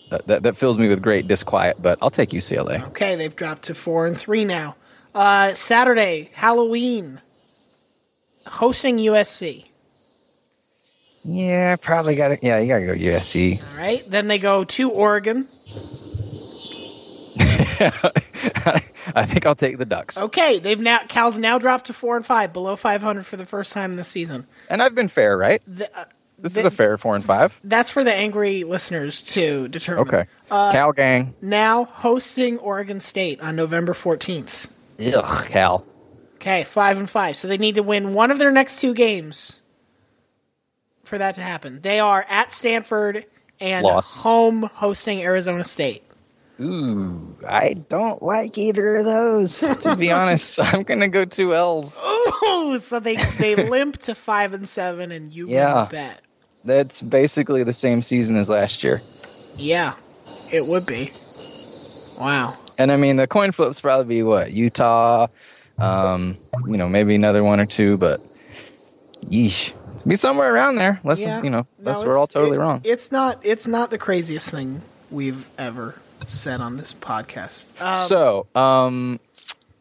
Speaker 2: That, that, that fills me with great disquiet, but I'll take UCLA.
Speaker 4: Okay, they've dropped to four and three now. Uh, Saturday, Halloween, hosting USC.
Speaker 2: Yeah, probably got it. Yeah, you gotta go USC.
Speaker 4: All right, then they go to Oregon.
Speaker 2: I think I'll take the Ducks.
Speaker 4: Okay, they've now Cal's now dropped to four and five, below five hundred for the uh, first time in the season.
Speaker 2: And I've been fair, right? This
Speaker 4: Th-
Speaker 2: is a fair four and five.
Speaker 4: That's for the angry listeners to determine.
Speaker 2: Okay.
Speaker 4: Uh,
Speaker 2: Cal gang.
Speaker 4: Now hosting Oregon State on November 14th.
Speaker 2: Ugh, Cal.
Speaker 4: Okay, 5 and 5. So they need to win one of their next two games for that to happen. They are at Stanford and
Speaker 2: Loss.
Speaker 4: home hosting Arizona State.
Speaker 2: Ooh, I don't like either of those. to be honest, I'm gonna go two L's.
Speaker 4: Ooh, Oh, so they they limp to 5 and 7 and you
Speaker 2: Yeah.
Speaker 4: win the bet.
Speaker 2: That's basically the same season as last year.
Speaker 4: Yeah. It would be. Wow.
Speaker 2: And I mean, the coin flips probably be what Utah, um, you know, maybe another one or two, but yeesh, be somewhere around there. Unless
Speaker 4: Yeah.
Speaker 2: you know,
Speaker 4: No,
Speaker 2: unless
Speaker 4: it's-
Speaker 2: we're all totally
Speaker 4: it-
Speaker 2: wrong.
Speaker 4: It's not it's not the craziest thing we've ever said on this podcast. Um,
Speaker 2: so, um,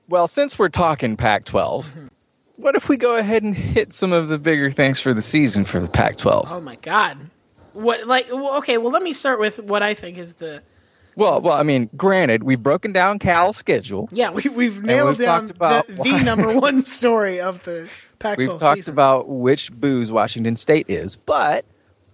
Speaker 2: well, since we're talking Pac-12,
Speaker 4: Mm-hmm.
Speaker 2: what if we go ahead and hit some of the bigger things for the season for the Pac-12?
Speaker 4: Oh my god. What like well, okay, well let me start with what I think is the
Speaker 2: Well, well, I mean, granted, we've broken down Cal's schedule.
Speaker 4: Yeah, we we've nailed
Speaker 2: we've
Speaker 4: down
Speaker 2: talked about
Speaker 4: the,
Speaker 2: why-
Speaker 4: the number one story of the Pac-12
Speaker 2: We've talked
Speaker 4: season.
Speaker 2: about which booze Washington State is, but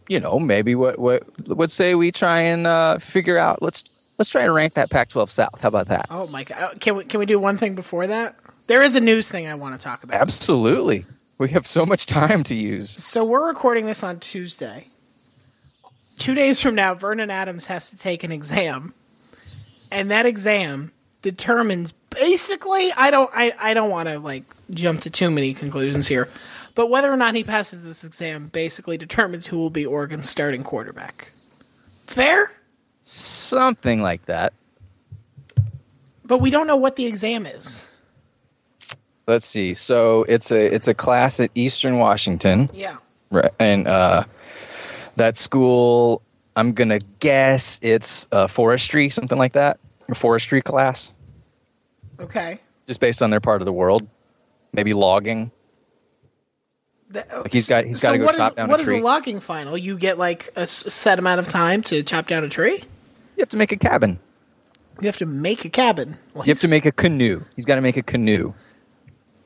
Speaker 2: you know, maybe what what what say we try and uh, figure out? Let's let's try and rank that Pac-12 South. How about that?
Speaker 4: oh my god. Can we can we do one thing before that? There is a news thing I want to talk about.
Speaker 2: Absolutely, we have so much time to use.
Speaker 4: So we're recording this on Tuesday. Two days from now, Vernon Adams has to take an exam, and that exam determines basically. I don't. I, I don't want to like jump to too many conclusions here, but whether or not he passes this exam basically determines who will be Oregon's starting quarterback. Fair,
Speaker 2: Something like that.
Speaker 4: but we don't know what the exam is.
Speaker 2: Let's see. So it's a it's a class at Eastern Washington.
Speaker 4: Yeah.
Speaker 2: Right. And uh, that school, I'm going to guess it's uh, forestry, something like that, a forestry class,
Speaker 4: Okay.
Speaker 2: just based on their part of the world. Maybe logging.
Speaker 4: That-
Speaker 2: he's got- he's gotta go
Speaker 4: oh, what is-
Speaker 2: chop down a
Speaker 4: what is
Speaker 2: tree.
Speaker 4: the logging final? You get like a s- set amount of time to chop down a tree.
Speaker 2: You have to make a cabin.
Speaker 4: You have to make a cabin. Well,
Speaker 2: You have to make a canoe. He's got to make a canoe.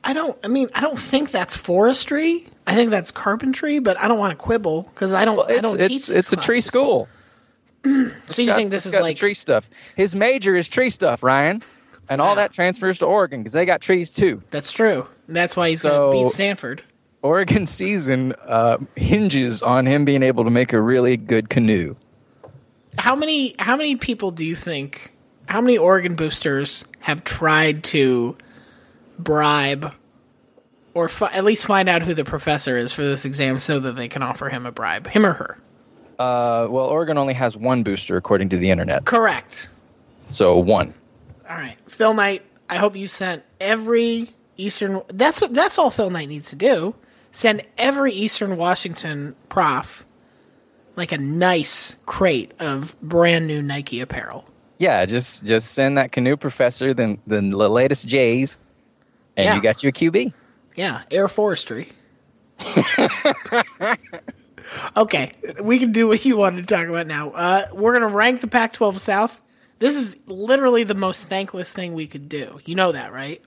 Speaker 4: I don't. I mean, I don't think that's forestry. I think that's carpentry. But I don't want to quibble because I don't. I
Speaker 2: It's
Speaker 4: don't teach.
Speaker 2: it's,
Speaker 4: these
Speaker 2: it's a tree
Speaker 4: classes.
Speaker 2: school.
Speaker 4: So you
Speaker 2: Got-
Speaker 4: think
Speaker 2: it's
Speaker 4: this is
Speaker 2: got the
Speaker 4: like?
Speaker 2: tree stuff? His major is tree stuff, Ryan, and all that transfers to Oregon because they got trees too.
Speaker 4: That's true. That's why he's
Speaker 2: So-
Speaker 4: going to beat Stanford.
Speaker 2: Oregon season uh, hinges on him being able to make a really good canoe.
Speaker 4: How many? How many people do you think? How many Oregon boosters have tried to bribe? Or fi- at least find out who the professor is for this exam, so that they can offer him a bribe, him or her.
Speaker 2: Uh, well, Oregon only has one booster according to the internet.
Speaker 4: Correct.
Speaker 2: So one.
Speaker 4: All right, Phil Knight. I hope you sent every Eastern. That's what. That's all Phil Knight needs to do. Send every Eastern Washington prof like a nice crate of brand new Nike apparel.
Speaker 2: Yeah, just just send that canoe professor the the latest J's, and
Speaker 4: Yeah.
Speaker 2: you got you a QB.
Speaker 4: Yeah, Air Forestry. okay, we can do what you wanted to talk about now. Uh, we're gonna rank the Pac-12 South. This is literally the most thankless thing we could do. You know that, right?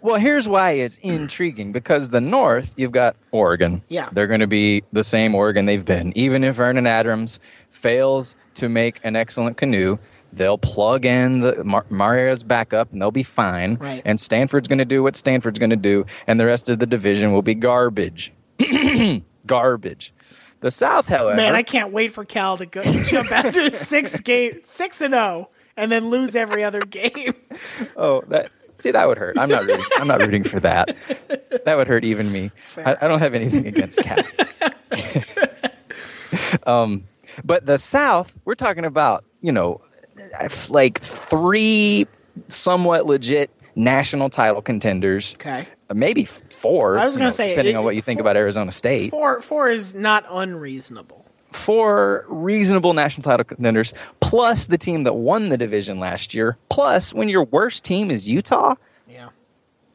Speaker 2: Well, here's why it's intriguing because the North, you've got Oregon.
Speaker 4: Yeah.
Speaker 2: they're going to be the same Oregon they've been. Even if Vernon Adams fails to make an excellent canoe, they'll plug in the Mar- Mario's backup, and they'll be fine.
Speaker 4: Right.
Speaker 2: And Stanford's going to do what Stanford's going to do, and the rest of the division will be garbage. garbage. The South, however,
Speaker 4: Man, I can't wait for Cal to go jump out to six game six and zero, and then lose every other game.
Speaker 2: Oh, that see that would hurt. I'm not rooting. I'm not rooting for that. That would hurt even me. I, I don't have anything against Cal. um, but the South, we're talking about you know, f- like three somewhat legit national title contenders. Uh,
Speaker 4: Okay,
Speaker 2: maybe four.
Speaker 4: I was
Speaker 2: you
Speaker 4: gonna
Speaker 2: know,
Speaker 4: say,
Speaker 2: depending
Speaker 4: it-
Speaker 2: on what you think about Arizona State.
Speaker 4: four four is not unreasonable.
Speaker 2: four reasonable national title contenders, plus the team that won the division last year, plus when your worst team is Utah.
Speaker 4: Yeah,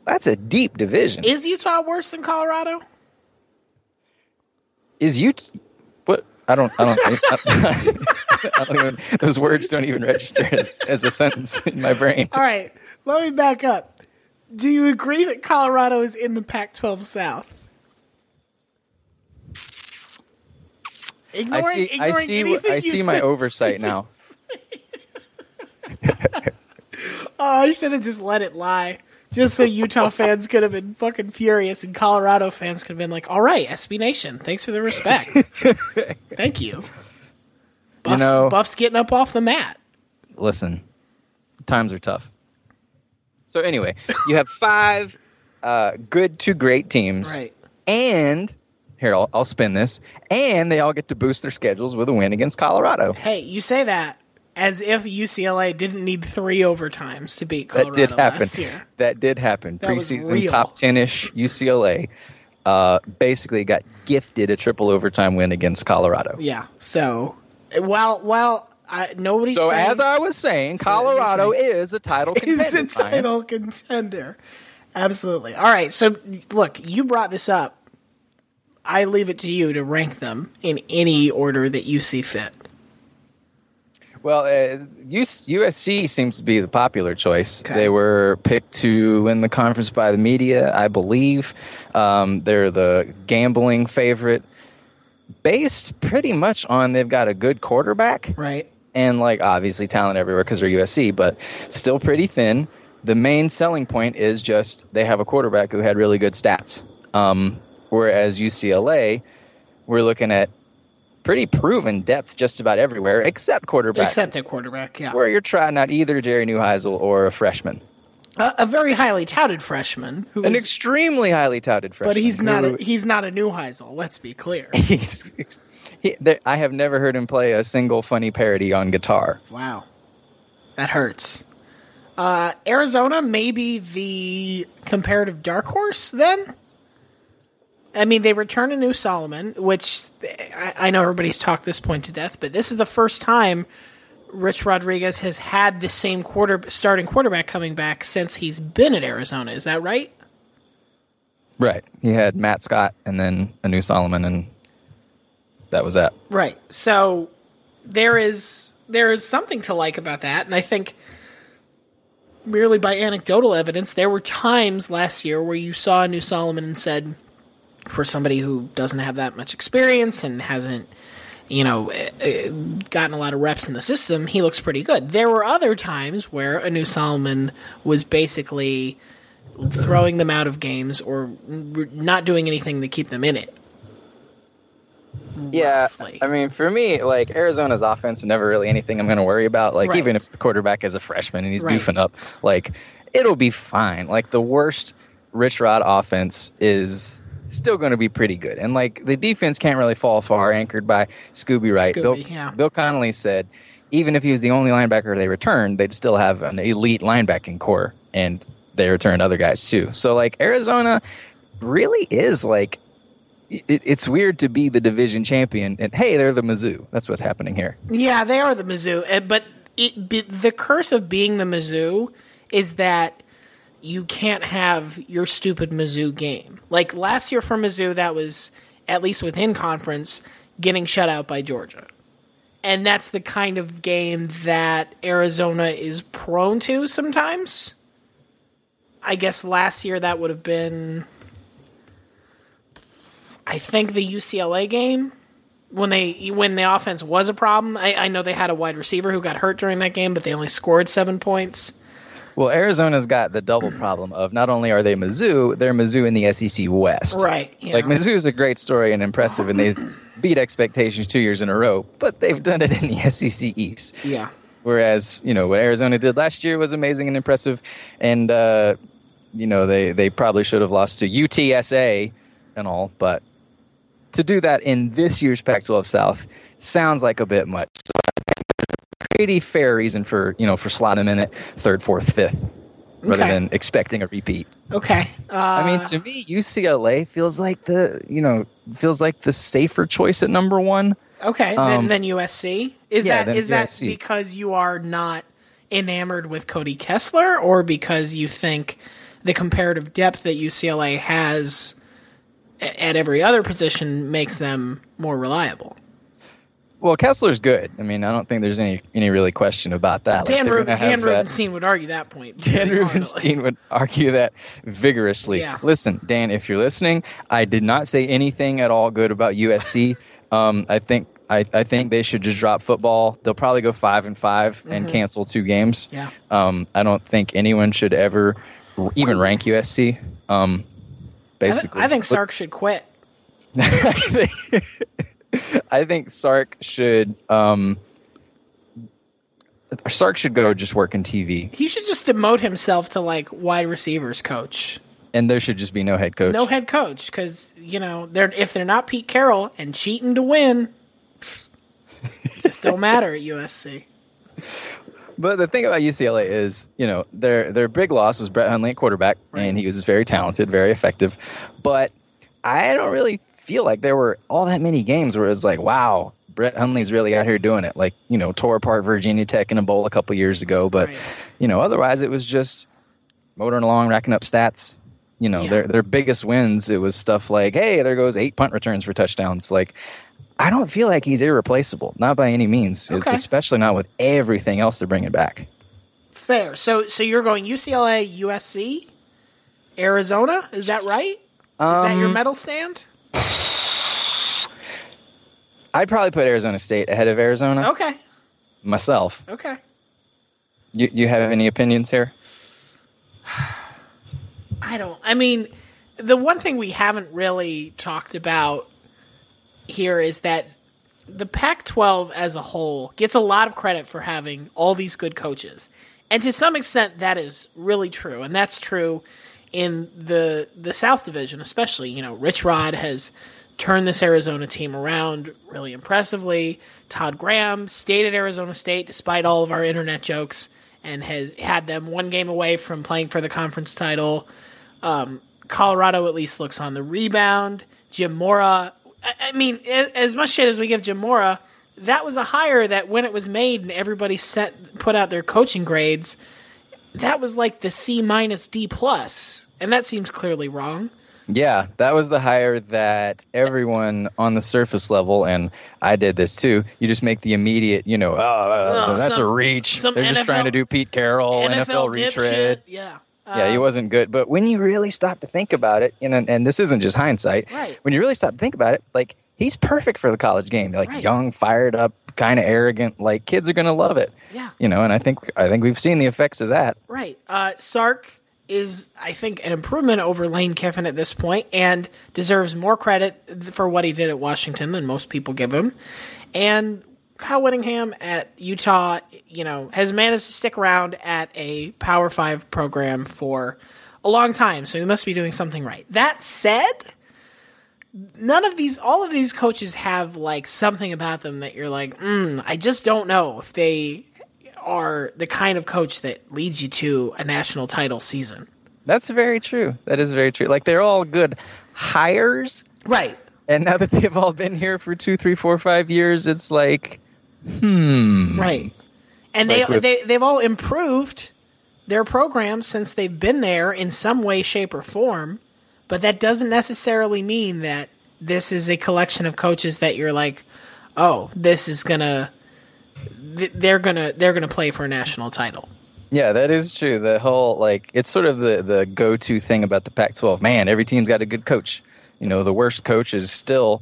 Speaker 2: That's a deep division.
Speaker 4: is Utah worse than Colorado?
Speaker 2: Is Utah? What? I don't. I don't. I, I don't even, those words don't even register as, as a sentence in my brain.
Speaker 4: All right, let me back up. Do you agree that Colorado is in the Pac-12 South?
Speaker 1: Ignoring,
Speaker 2: I see. I
Speaker 1: ignoring
Speaker 2: see.
Speaker 1: anything
Speaker 2: I
Speaker 1: you
Speaker 2: see my
Speaker 1: said.
Speaker 2: oversight now.
Speaker 1: Oh, I should have just let it lie. Just so Utah fans could have been fucking furious and Colorado fans could have been like, all right, SB Nation, thanks for the respect. Thank you. Buff's,
Speaker 2: know-
Speaker 1: Buff's getting up off the mat.
Speaker 2: Listen, times are tough. So anyway, you have five uh, good to great teams,
Speaker 1: Right.
Speaker 2: And here I'll, I'll spin this, and they all get to boost their schedules with a win against Colorado.
Speaker 1: Hey, you say that as if UCLA didn't need three overtimes to beat Colorado
Speaker 2: that did happen.
Speaker 1: last year.
Speaker 2: That did happen.
Speaker 1: That was
Speaker 2: Preseason
Speaker 1: real.
Speaker 2: top ten ish UCLA uh, basically got gifted a triple overtime win against Colorado.
Speaker 1: Yeah. So, while while I, nobody
Speaker 2: So
Speaker 1: saying
Speaker 2: as I was saying,
Speaker 1: as you're
Speaker 2: Colorado is a title contender.
Speaker 1: is a
Speaker 2: Ryan.
Speaker 1: title contender, absolutely. All right. So look, you brought this up. I leave it to you to rank them in any order that you see fit.
Speaker 2: Well, uh, US- USC seems to be the popular choice.
Speaker 1: Okay.
Speaker 2: They were picked to win the conference by the media, I believe. Um, they're the gambling favorite, based pretty much on they've got a good quarterback
Speaker 1: Right.
Speaker 2: and like obviously talent everywhere because they're USC, but still pretty thin. The main selling point is just they have a quarterback who had really good stats. Um, whereas UCLA, we're looking at pretty proven depth just about everywhere except quarterback,
Speaker 1: Except at quarterback. Yeah.
Speaker 2: where you're trying out either Jerry Neuheisel or a freshman,
Speaker 1: A, a very highly touted freshman who
Speaker 2: an
Speaker 1: is-
Speaker 2: extremely highly touted freshman.
Speaker 1: but he's not
Speaker 2: who-
Speaker 1: a, he's not a new Heisel. Let's be clear.
Speaker 2: he's, he, there, I have never heard him play a single funny parody on guitar.
Speaker 1: Wow. That hurts. Uh, Arizona may be the comparative dark horse then? I mean, they return a new Solomon, which I, I know everybody's talked this point to death, but this is the first time Rich Rodriguez has had the same quarter starting quarterback coming back since he's been at Arizona. Is that right?
Speaker 2: Right. He had Matt Scott and then a new Solomon, and that was that.
Speaker 1: Right. So there is there is something to like about that, and I think merely by anecdotal evidence, there were times last year where you saw a new Solomon and said, for somebody who doesn't have that much experience and hasn't, you know, eh, eh, gotten a lot of reps in the system, he looks pretty good. There were other times where a new Solomon was basically throwing them out of games or r- not doing anything to keep them in it.
Speaker 2: Yeah.
Speaker 1: Roughly.
Speaker 2: I mean, for me, like Arizona's offense is never really anything I'm going to worry about. Like,
Speaker 1: Right.
Speaker 2: even if the quarterback is a freshman and he's
Speaker 1: Right.
Speaker 2: goofing up, like, it'll be fine. Like, the worst Rich Rod offense is still going to be pretty good. And, like, the defense can't really fall far, anchored by Scooby Wright. Bill,
Speaker 1: Scooby, yeah.
Speaker 2: Bill Connolly said, even if he was the only linebacker they returned, they'd still have an elite linebacking core, and they returned other guys too. So, like, Arizona really is like it, it's weird to be the division champion and hey, they're the Mizzou. That's what's happening here.
Speaker 1: Yeah, they are the Mizzou, eh, but it, be, the curse of being the Mizzou is that you can't have your stupid Mizzou game. Like last year for Mizzou, that was at least within conference getting shut out by Georgia, and that's the kind of game that Arizona is prone to sometimes. I guess last year that would have been, I think, the UCLA game when they when the offense was a problem. I, I know they had a wide receiver who got hurt during that game, but they only scored seven points.
Speaker 2: Well, Arizona's got the double problem of not only are they Mizzou, they're Mizzou in the SEC West.
Speaker 1: Right. yeah.
Speaker 2: Like Mizzou is a great story and impressive, and they beat expectations two years in a row, but they've done it in the SEC East.
Speaker 1: yeah.
Speaker 2: Whereas you know what Arizona did last year was amazing and impressive, and uh, you know they they probably should have lost to UTSA and all, but to do that in this year's Pac-12 South sounds like a bit much. So I think there's a pretty fair reason for you know for slotting in at third, fourth, fifth, rather
Speaker 1: Okay.
Speaker 2: than expecting a repeat.
Speaker 1: Okay. Uh,
Speaker 2: I mean, to me, UCLA feels like the you know feels like the safer choice at number one.
Speaker 1: okay.
Speaker 2: um,
Speaker 1: then, then USC is
Speaker 2: yeah,
Speaker 1: that
Speaker 2: then
Speaker 1: is that
Speaker 2: USC.
Speaker 1: because you are not enamored with Cody Kessler, or because you think the comparative depth that UCLA has a- at every other position makes them more reliable?
Speaker 2: Well, Kessler's good. I mean, I don't think there's any any really question about that. Like,
Speaker 1: Dan,
Speaker 2: they're
Speaker 1: Rub-
Speaker 2: gonna have
Speaker 1: Dan
Speaker 2: that-
Speaker 1: Rubenstein would argue that point.
Speaker 2: Dan
Speaker 1: pretty hard.
Speaker 2: Rubenstein would argue that vigorously.
Speaker 1: Yeah.
Speaker 2: Listen, Dan, if you're listening, I did not say anything at all good about USC. um, I think I, I think they should just drop football. They'll probably go five and 5 and cancel two games.
Speaker 1: Mm-hmm. Yeah.
Speaker 2: Um, I don't think anyone should ever r- even rank USC.
Speaker 1: I,
Speaker 2: Um,
Speaker 1: th-
Speaker 2: basically,
Speaker 1: I think
Speaker 2: Look-
Speaker 1: Sark should quit.
Speaker 2: I think, I think Sark should um, Sark should go just work in TV,
Speaker 1: He should just demote himself to like wide receivers coach,
Speaker 2: and there should just be no head coach.
Speaker 1: no head coach, because you know they're if they're not Pete Carroll and cheating to win, pfft, it just don't matter at USC.
Speaker 2: But the thing about UCLA is, you know, their their big loss was Brett Hundley at quarterback, and he was very talented, very effective. But I don't really feel like there were all that many games where it was like, wow, Brett Hundley's really out here doing it. Like, you know, tore apart Virginia Tech in a bowl a couple years ago. But
Speaker 1: Right.
Speaker 2: you know, otherwise it was just motoring along, racking up stats. You know,
Speaker 1: Yeah.
Speaker 2: their their biggest wins, it was stuff like, hey, there goes eight punt returns for touchdowns. Like, I don't feel like he's irreplaceable, not by any means, e-,
Speaker 1: Okay.
Speaker 2: especially not with everything else they're bringing back.
Speaker 1: Fair. So so you're going UCLA, USC, Arizona. Is that right? Is that your
Speaker 2: Um,
Speaker 1: medal stand?
Speaker 2: I'd probably put Arizona State ahead of Arizona
Speaker 1: Okay.
Speaker 2: myself.
Speaker 1: Okay.
Speaker 2: You, you have any opinions here?
Speaker 1: I don't. I mean, the one thing we haven't really talked about here is that the Pac 12 as a whole gets a lot of credit for having all these good coaches. And to some extent, that is really true. And that's true in the the South Division, especially. You know, Rich Rod has turned this Arizona team around really impressively. Todd Graham stayed at Arizona State despite all of our internet jokes and has had them one game away from playing for the conference title. Colorado at least looks on the rebound. Jim Mora, I, I mean, a- as much shit as we give Jim Mora, that was a hire that when it was made and everybody set put out their coaching grades, that was like the C minus D plus, and that seems clearly wrong.
Speaker 2: Yeah, that was the hire that everyone on the surface level, and I did this too. You just make the immediate, you know, oh, uh,
Speaker 1: Oh,
Speaker 2: that's
Speaker 1: some-
Speaker 2: a reach.
Speaker 1: some
Speaker 2: They're just
Speaker 1: NFL
Speaker 2: trying to do Pete Carroll, NFL, retread.
Speaker 1: dipshit, yeah.
Speaker 2: Yeah,
Speaker 1: Um,
Speaker 2: he wasn't good. But when you really stop to think about it, and and this isn't just hindsight.
Speaker 1: Right.
Speaker 2: When you really stop to think about it, like he's perfect for the college game. Like
Speaker 1: Right.
Speaker 2: young, fired up, kind of arrogant. Like kids are gonna love it.
Speaker 1: Yeah.
Speaker 2: You know, and I think I think we've seen the effects of that.
Speaker 1: Right. Uh, Sark is, I think, an improvement over Lane Kiffin at this point and deserves more credit th- for what he did at Washington than most people give him. And Kyle Whittingham at Utah, you know, has managed to stick around at a Power Five program for a long time, so he must be doing something right. That said, none of these, all of these coaches have like something about them that you're like, mm, I just don't know if they are the kind of coach that leads you to a national title season.
Speaker 2: That's very true. That is very true. Like they're all good hires,
Speaker 1: Right.
Speaker 2: and now that they've all been here for two, three, four, five years, it's like
Speaker 1: Right. And
Speaker 2: Mm-hmm. Like
Speaker 1: they,
Speaker 2: with-
Speaker 1: they they've all improved their programs since they've been there in some way, shape, or form. But that doesn't necessarily mean that this is a collection of coaches that you're like, oh, this is gonna th- they're gonna they're gonna play for a national title.
Speaker 2: Yeah, that is true. The whole like it's sort of the the go to thing about the Pac-12. Man, every team's got a good coach. You know, the worst coach is still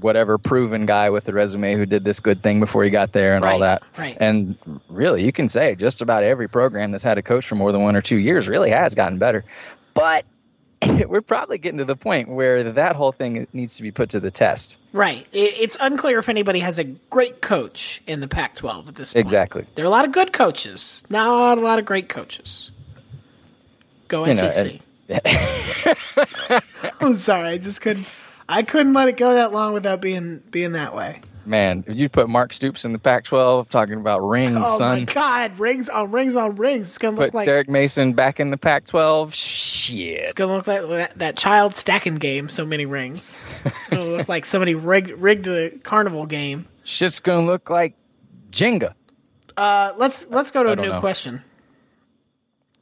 Speaker 2: whatever proven guy with the resume who did this good thing before he got there and all
Speaker 1: Right,
Speaker 2: that.
Speaker 1: right.
Speaker 2: And really, you can say just about every program that's had a coach for more than one or two years really has gotten better. But we're probably getting to the point where that whole thing needs to be put to the test.
Speaker 1: Right. It, it's unclear if anybody has a great coach in the Pac-12 at this point.
Speaker 2: Exactly.
Speaker 1: There are a lot of good coaches, not a lot of great coaches. Go
Speaker 2: You know,
Speaker 1: SEC. I'm sorry, I just couldn't. I couldn't let it go that long without being being that way.
Speaker 2: Man, if you put Mark Stoops in the Pac-12 talking about rings,
Speaker 1: Oh
Speaker 2: son.
Speaker 1: my god, rings on rings on rings. It's gonna look
Speaker 2: put
Speaker 1: like
Speaker 2: Derek Mason back in the Pac-12. Shit.
Speaker 1: it's gonna look like that, that child stacking game. So many rings. It's gonna look like somebody rigged rigged the carnival game.
Speaker 2: Shit's gonna look like Jenga.
Speaker 1: Uh, let's let's go to a
Speaker 2: don't
Speaker 1: new
Speaker 2: know.
Speaker 1: question.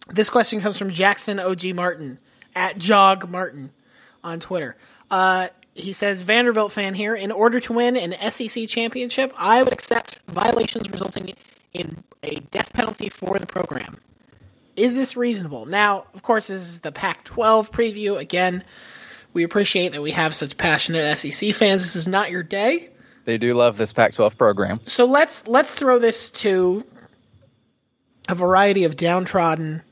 Speaker 1: This question comes from Jackson OG Martin at Jog Martin on Twitter. Uh, he says Vanderbilt fan here. In order to win an SEC championship, I would accept violations resulting in a death penalty for the program. Is this reasonable? Now, of course, this is the Pac-12 E preview. Again, we appreciate that we have such passionate SEC fans. This is not your day.
Speaker 2: They do love this Pac-12 program.
Speaker 4: So let's let's throw this to a variety of downtrodden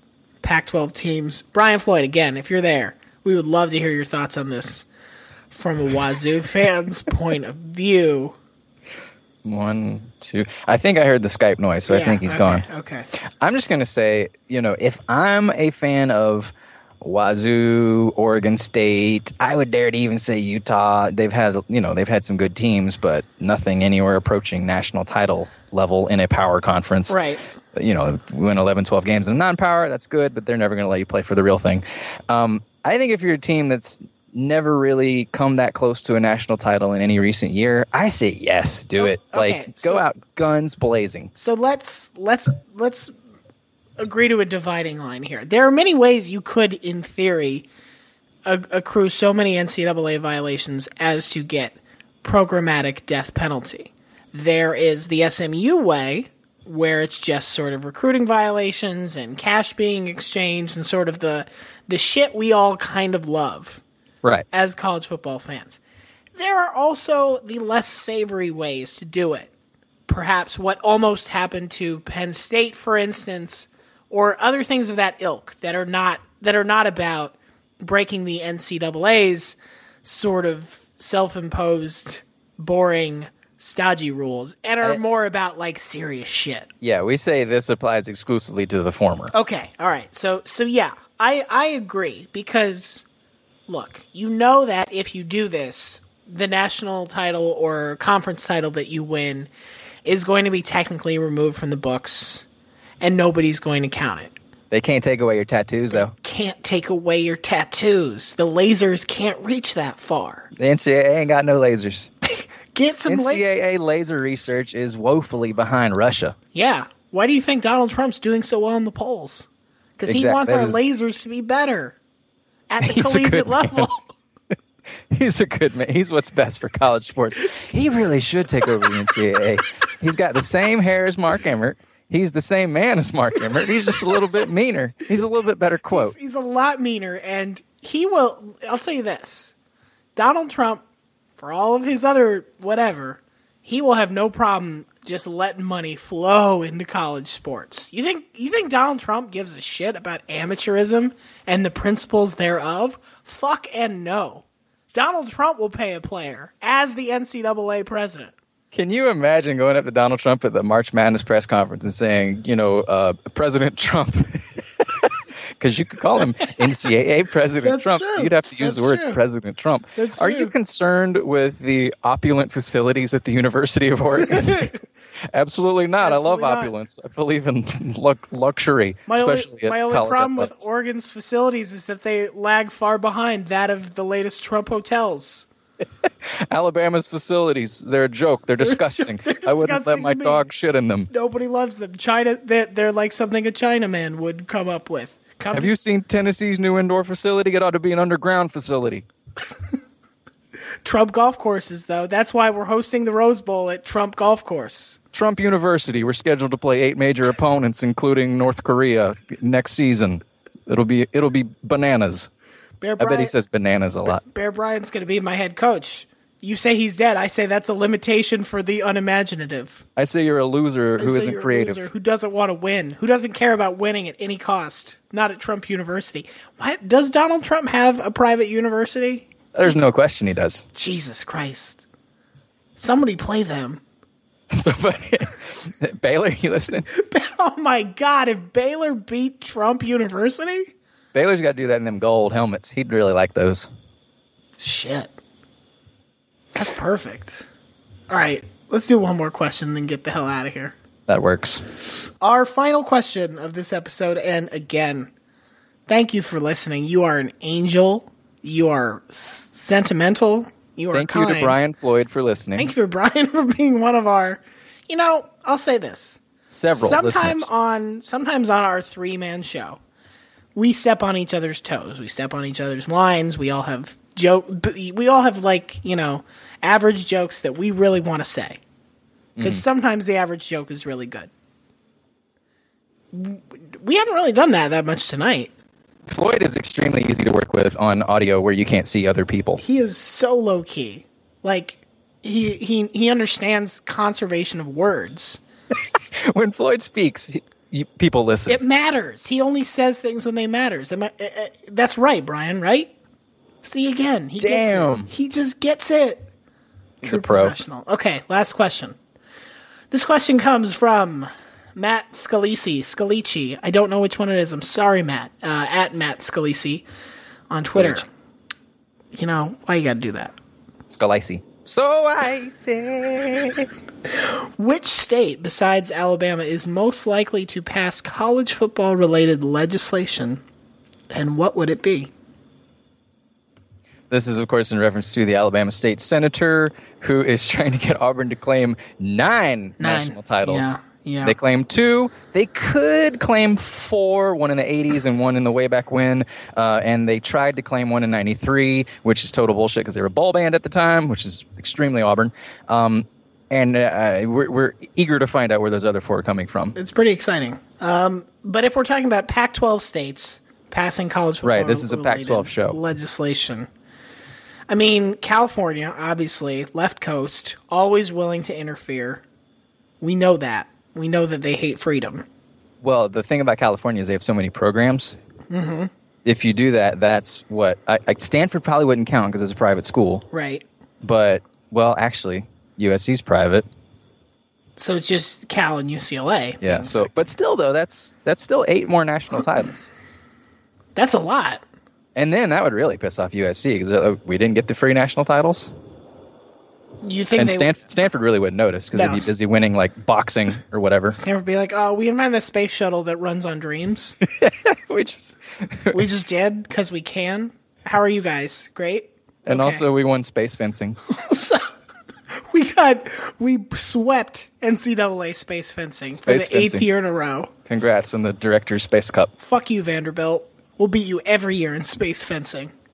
Speaker 4: Pac-12 teams. Brian Floyd, again, if you're there, we would love to hear your thoughts on this from a Wazoo fan's point of view.
Speaker 2: One, two. I think I heard the Skype noise, so I
Speaker 4: Yeah,
Speaker 2: think he's
Speaker 4: okay,
Speaker 2: gone.
Speaker 4: Okay.
Speaker 2: I'm just going to say, you know, if I'm a fan of Wazoo, Oregon State, I would dare to even say Utah. They've had, you know, they've had some good teams, but nothing anywhere approaching national title level in a power conference.
Speaker 4: Right.
Speaker 2: You know, we win 11, 12 games in non power. That's good, but they're never going to let you play for the real thing. Um, I think if you're a team that's never really come that close to a national title in any recent year, I say yes, do it.
Speaker 4: Oh, okay,
Speaker 2: like,
Speaker 4: so-
Speaker 2: go out guns blazing.
Speaker 4: So let's let's let's agree to a dividing line here. There are many ways you could, in theory, a- accrue so many NCAA violations as to get programmatic death penalty. There is the SMU way, where it's just sort of recruiting violations and cash being exchanged and sort of the the shit we all kind of love
Speaker 2: Right.
Speaker 4: as college football fans. There are also the less savory ways to do it. Perhaps what almost happened to Penn State, for instance, or other things of that ilk that are not that are not about breaking the NCAA's sort of self-imposed, boring, stodgy rules, and are
Speaker 2: Uh,
Speaker 4: more about like serious shit.
Speaker 2: Yeah, we say this applies exclusively to the former.
Speaker 4: Okay, all right. So so yeah, I I agree because look, you know that if you do this, the national title or conference title that you win is going to be technically removed from the books and nobody's going to count it.
Speaker 2: They can't take away your tattoos, though.
Speaker 4: Can't take away your tattoos. The lasers can't reach that far.
Speaker 2: The NCAA ain't got no lasers.
Speaker 4: Get some la-
Speaker 2: NCAA laser research is woefully behind Russia.
Speaker 4: Yeah. Why do you think Donald Trump's doing so well in the polls? Cuz he
Speaker 2: Exact-
Speaker 4: wants
Speaker 2: that
Speaker 4: our
Speaker 2: is-
Speaker 4: lasers to be better at the
Speaker 2: He's a
Speaker 4: collegiate
Speaker 2: good man.
Speaker 4: level.
Speaker 2: He's a good man. He's what's best for college sports. He really should take over the NCAA. He's got the same hair as Mark Emmert. He's the same man as Mark Emmert. He's just a little bit meaner. He's a little bit better quote.
Speaker 4: he's a lot meaner and he will i'll tell you this donald trump for all of his other whatever he will have no problem just letting money flow into college sports you think you think donald trump gives a shit about amateurism and the principles thereof fuck and no donald trump will pay a player as the ncaa president
Speaker 2: Can you imagine going up to Donald Trump at the March Madness press conference and saying, you know, uh, President Trump? Because you could call him NCAA President
Speaker 4: That's
Speaker 2: Trump. So
Speaker 4: true.
Speaker 2: you'd have to use
Speaker 4: That's
Speaker 2: the words
Speaker 4: true.
Speaker 2: President Trump.
Speaker 4: That's
Speaker 2: Are
Speaker 4: true.
Speaker 2: you concerned with the opulent facilities at the University of Oregon? Absolutely not.
Speaker 4: Absolutely
Speaker 2: I
Speaker 4: not.
Speaker 2: love opulence. I believe in lux- luxury,
Speaker 4: my only,
Speaker 2: especially at
Speaker 4: my only
Speaker 2: college
Speaker 4: problem with
Speaker 2: athletics.
Speaker 4: Oregon's facilities is that they lag far behind that of the latest Trump hotels.
Speaker 2: Alabama's facilities. They're a joke. They're disgusting.
Speaker 4: they're
Speaker 2: I wouldn't
Speaker 4: disgusting
Speaker 2: let my
Speaker 4: to me.
Speaker 2: dog shit in them.
Speaker 4: nobody loves them. China, they're, they're like something a Chinaman would come up with. Come
Speaker 2: Have you seen Tennessee's new indoor facility? It ought to be an underground facility.
Speaker 4: Trump golf courses, though. That's why we're hosting the Rose Bowl at Trump Golf Course.
Speaker 2: Trump University. We're scheduled to play eight major opponents, including North Korea, next season. It'll be it'll be bananas.
Speaker 4: Bear
Speaker 2: I bet
Speaker 4: Bryant,
Speaker 2: he says bananas a lot.
Speaker 4: Bear Bryant's going to be my head coach. You say he's dead. I say that's a limitation for the unimaginative.
Speaker 2: I say you're a loser
Speaker 4: I
Speaker 2: who
Speaker 4: say
Speaker 2: isn't
Speaker 4: you're a
Speaker 2: creative.
Speaker 4: loser who doesn't want to win, who doesn't care about winning at any cost. Not at Trump University. What does Donald Trump have a private university?
Speaker 2: There's no question he does.
Speaker 4: Jesus Christ! Somebody play them.
Speaker 2: Somebody, Baylor, you listening?
Speaker 4: Oh my God, if Baylor beat Trump University?
Speaker 2: Baylor's got to do that in them gold helmets. He'd really like those.
Speaker 4: Shit. That's perfect. All right, let's do one more question then get the hell out of here.
Speaker 2: That works.
Speaker 4: Our final question of this episode, and again, thank you for listening. You are an angel. You are s- sentimental. You are
Speaker 2: Thank
Speaker 4: kind.
Speaker 2: you to Brian Floyd for listening.
Speaker 4: Thank you, Brian, for being one of our. You know, I'll say this.
Speaker 2: Several
Speaker 4: sometime
Speaker 2: listeners.
Speaker 4: on sometimes on our three man show we step on each other's toes we step on each other's lines we all have joke b- we all have like you know average jokes that we really want to say
Speaker 2: Mm.
Speaker 4: because sometimes the average joke is really good W- we haven't really done that that much tonight
Speaker 2: Floyd is extremely easy to work with on audio where you can't see other people.
Speaker 4: he is so low key like he he he understands conservation of words.
Speaker 2: when Floyd speaks, he, you, people listen.
Speaker 4: It matters. He only says things when they matters. Am I, uh, uh, that's right, Brian. Right? See again. He
Speaker 2: Damn.
Speaker 4: Gets it. He just gets it.
Speaker 2: He's a pro.
Speaker 4: Professional. Okay. Last question. This question comes from Matt Scalisi. Scalici. I don't know which one it is. I'm sorry, Matt. Uh, at Matt Scalisi on Twitter.
Speaker 2: Scalici.
Speaker 4: You know why you got to do that.
Speaker 2: Scalisi. So I say.
Speaker 4: Which state besides Alabama is most likely to pass college football related legislation and what would it be?
Speaker 2: This is, of course, in reference to the Alabama state senator who is trying to get Auburn to claim nine, national titles.
Speaker 4: Yeah. Yeah.
Speaker 2: They claim two. They could claim four, one in the 80s and one in the way back when. Uh, and they tried to claim one in 93, which is total bullshit because they were a ball band at the time, which is extremely Auburn. Um, and uh, we're, we're eager to find out where those other four are coming from.
Speaker 4: it's pretty exciting. Um, but if we're talking about Pac 12 states passing college football
Speaker 2: Right, this is a
Speaker 4: related
Speaker 2: Pac-12 show.
Speaker 4: legislation, I mean, California, obviously, left coast, always willing to interfere. We know that. We know that they hate freedom.
Speaker 2: Well, the thing about California is they have so many programs.
Speaker 4: Mm-hmm.
Speaker 2: If you do that, that's what I, I, Stanford probably wouldn't count because it's a private school.
Speaker 4: Right.
Speaker 2: But well, actually, USC's private.
Speaker 4: So it's just Cal and UCLA.
Speaker 2: Yeah. So, but still, though, that's that's still eight more national titles.
Speaker 4: That's a lot.
Speaker 2: And then that would really piss off USC because uh, we didn't get the free national titles,
Speaker 4: You think
Speaker 2: and
Speaker 4: they
Speaker 2: Stanford, Stanford really wouldn't notice because
Speaker 4: No.
Speaker 2: they'd be busy winning like boxing or whatever.
Speaker 4: They would be like, oh, we invented a space shuttle that runs on dreams.
Speaker 2: Which is,
Speaker 4: we just did because we can. How are you guys? Great.
Speaker 2: and
Speaker 4: Okay.
Speaker 2: also we won space fencing.
Speaker 4: So, we got we swept NCAA space fencing for
Speaker 2: Space
Speaker 4: the eighth
Speaker 2: fencing.
Speaker 4: year in a row.
Speaker 2: Congrats on the Director's Space Cup.
Speaker 4: Fuck you, Vanderbilt. We'll beat you every year in space fencing.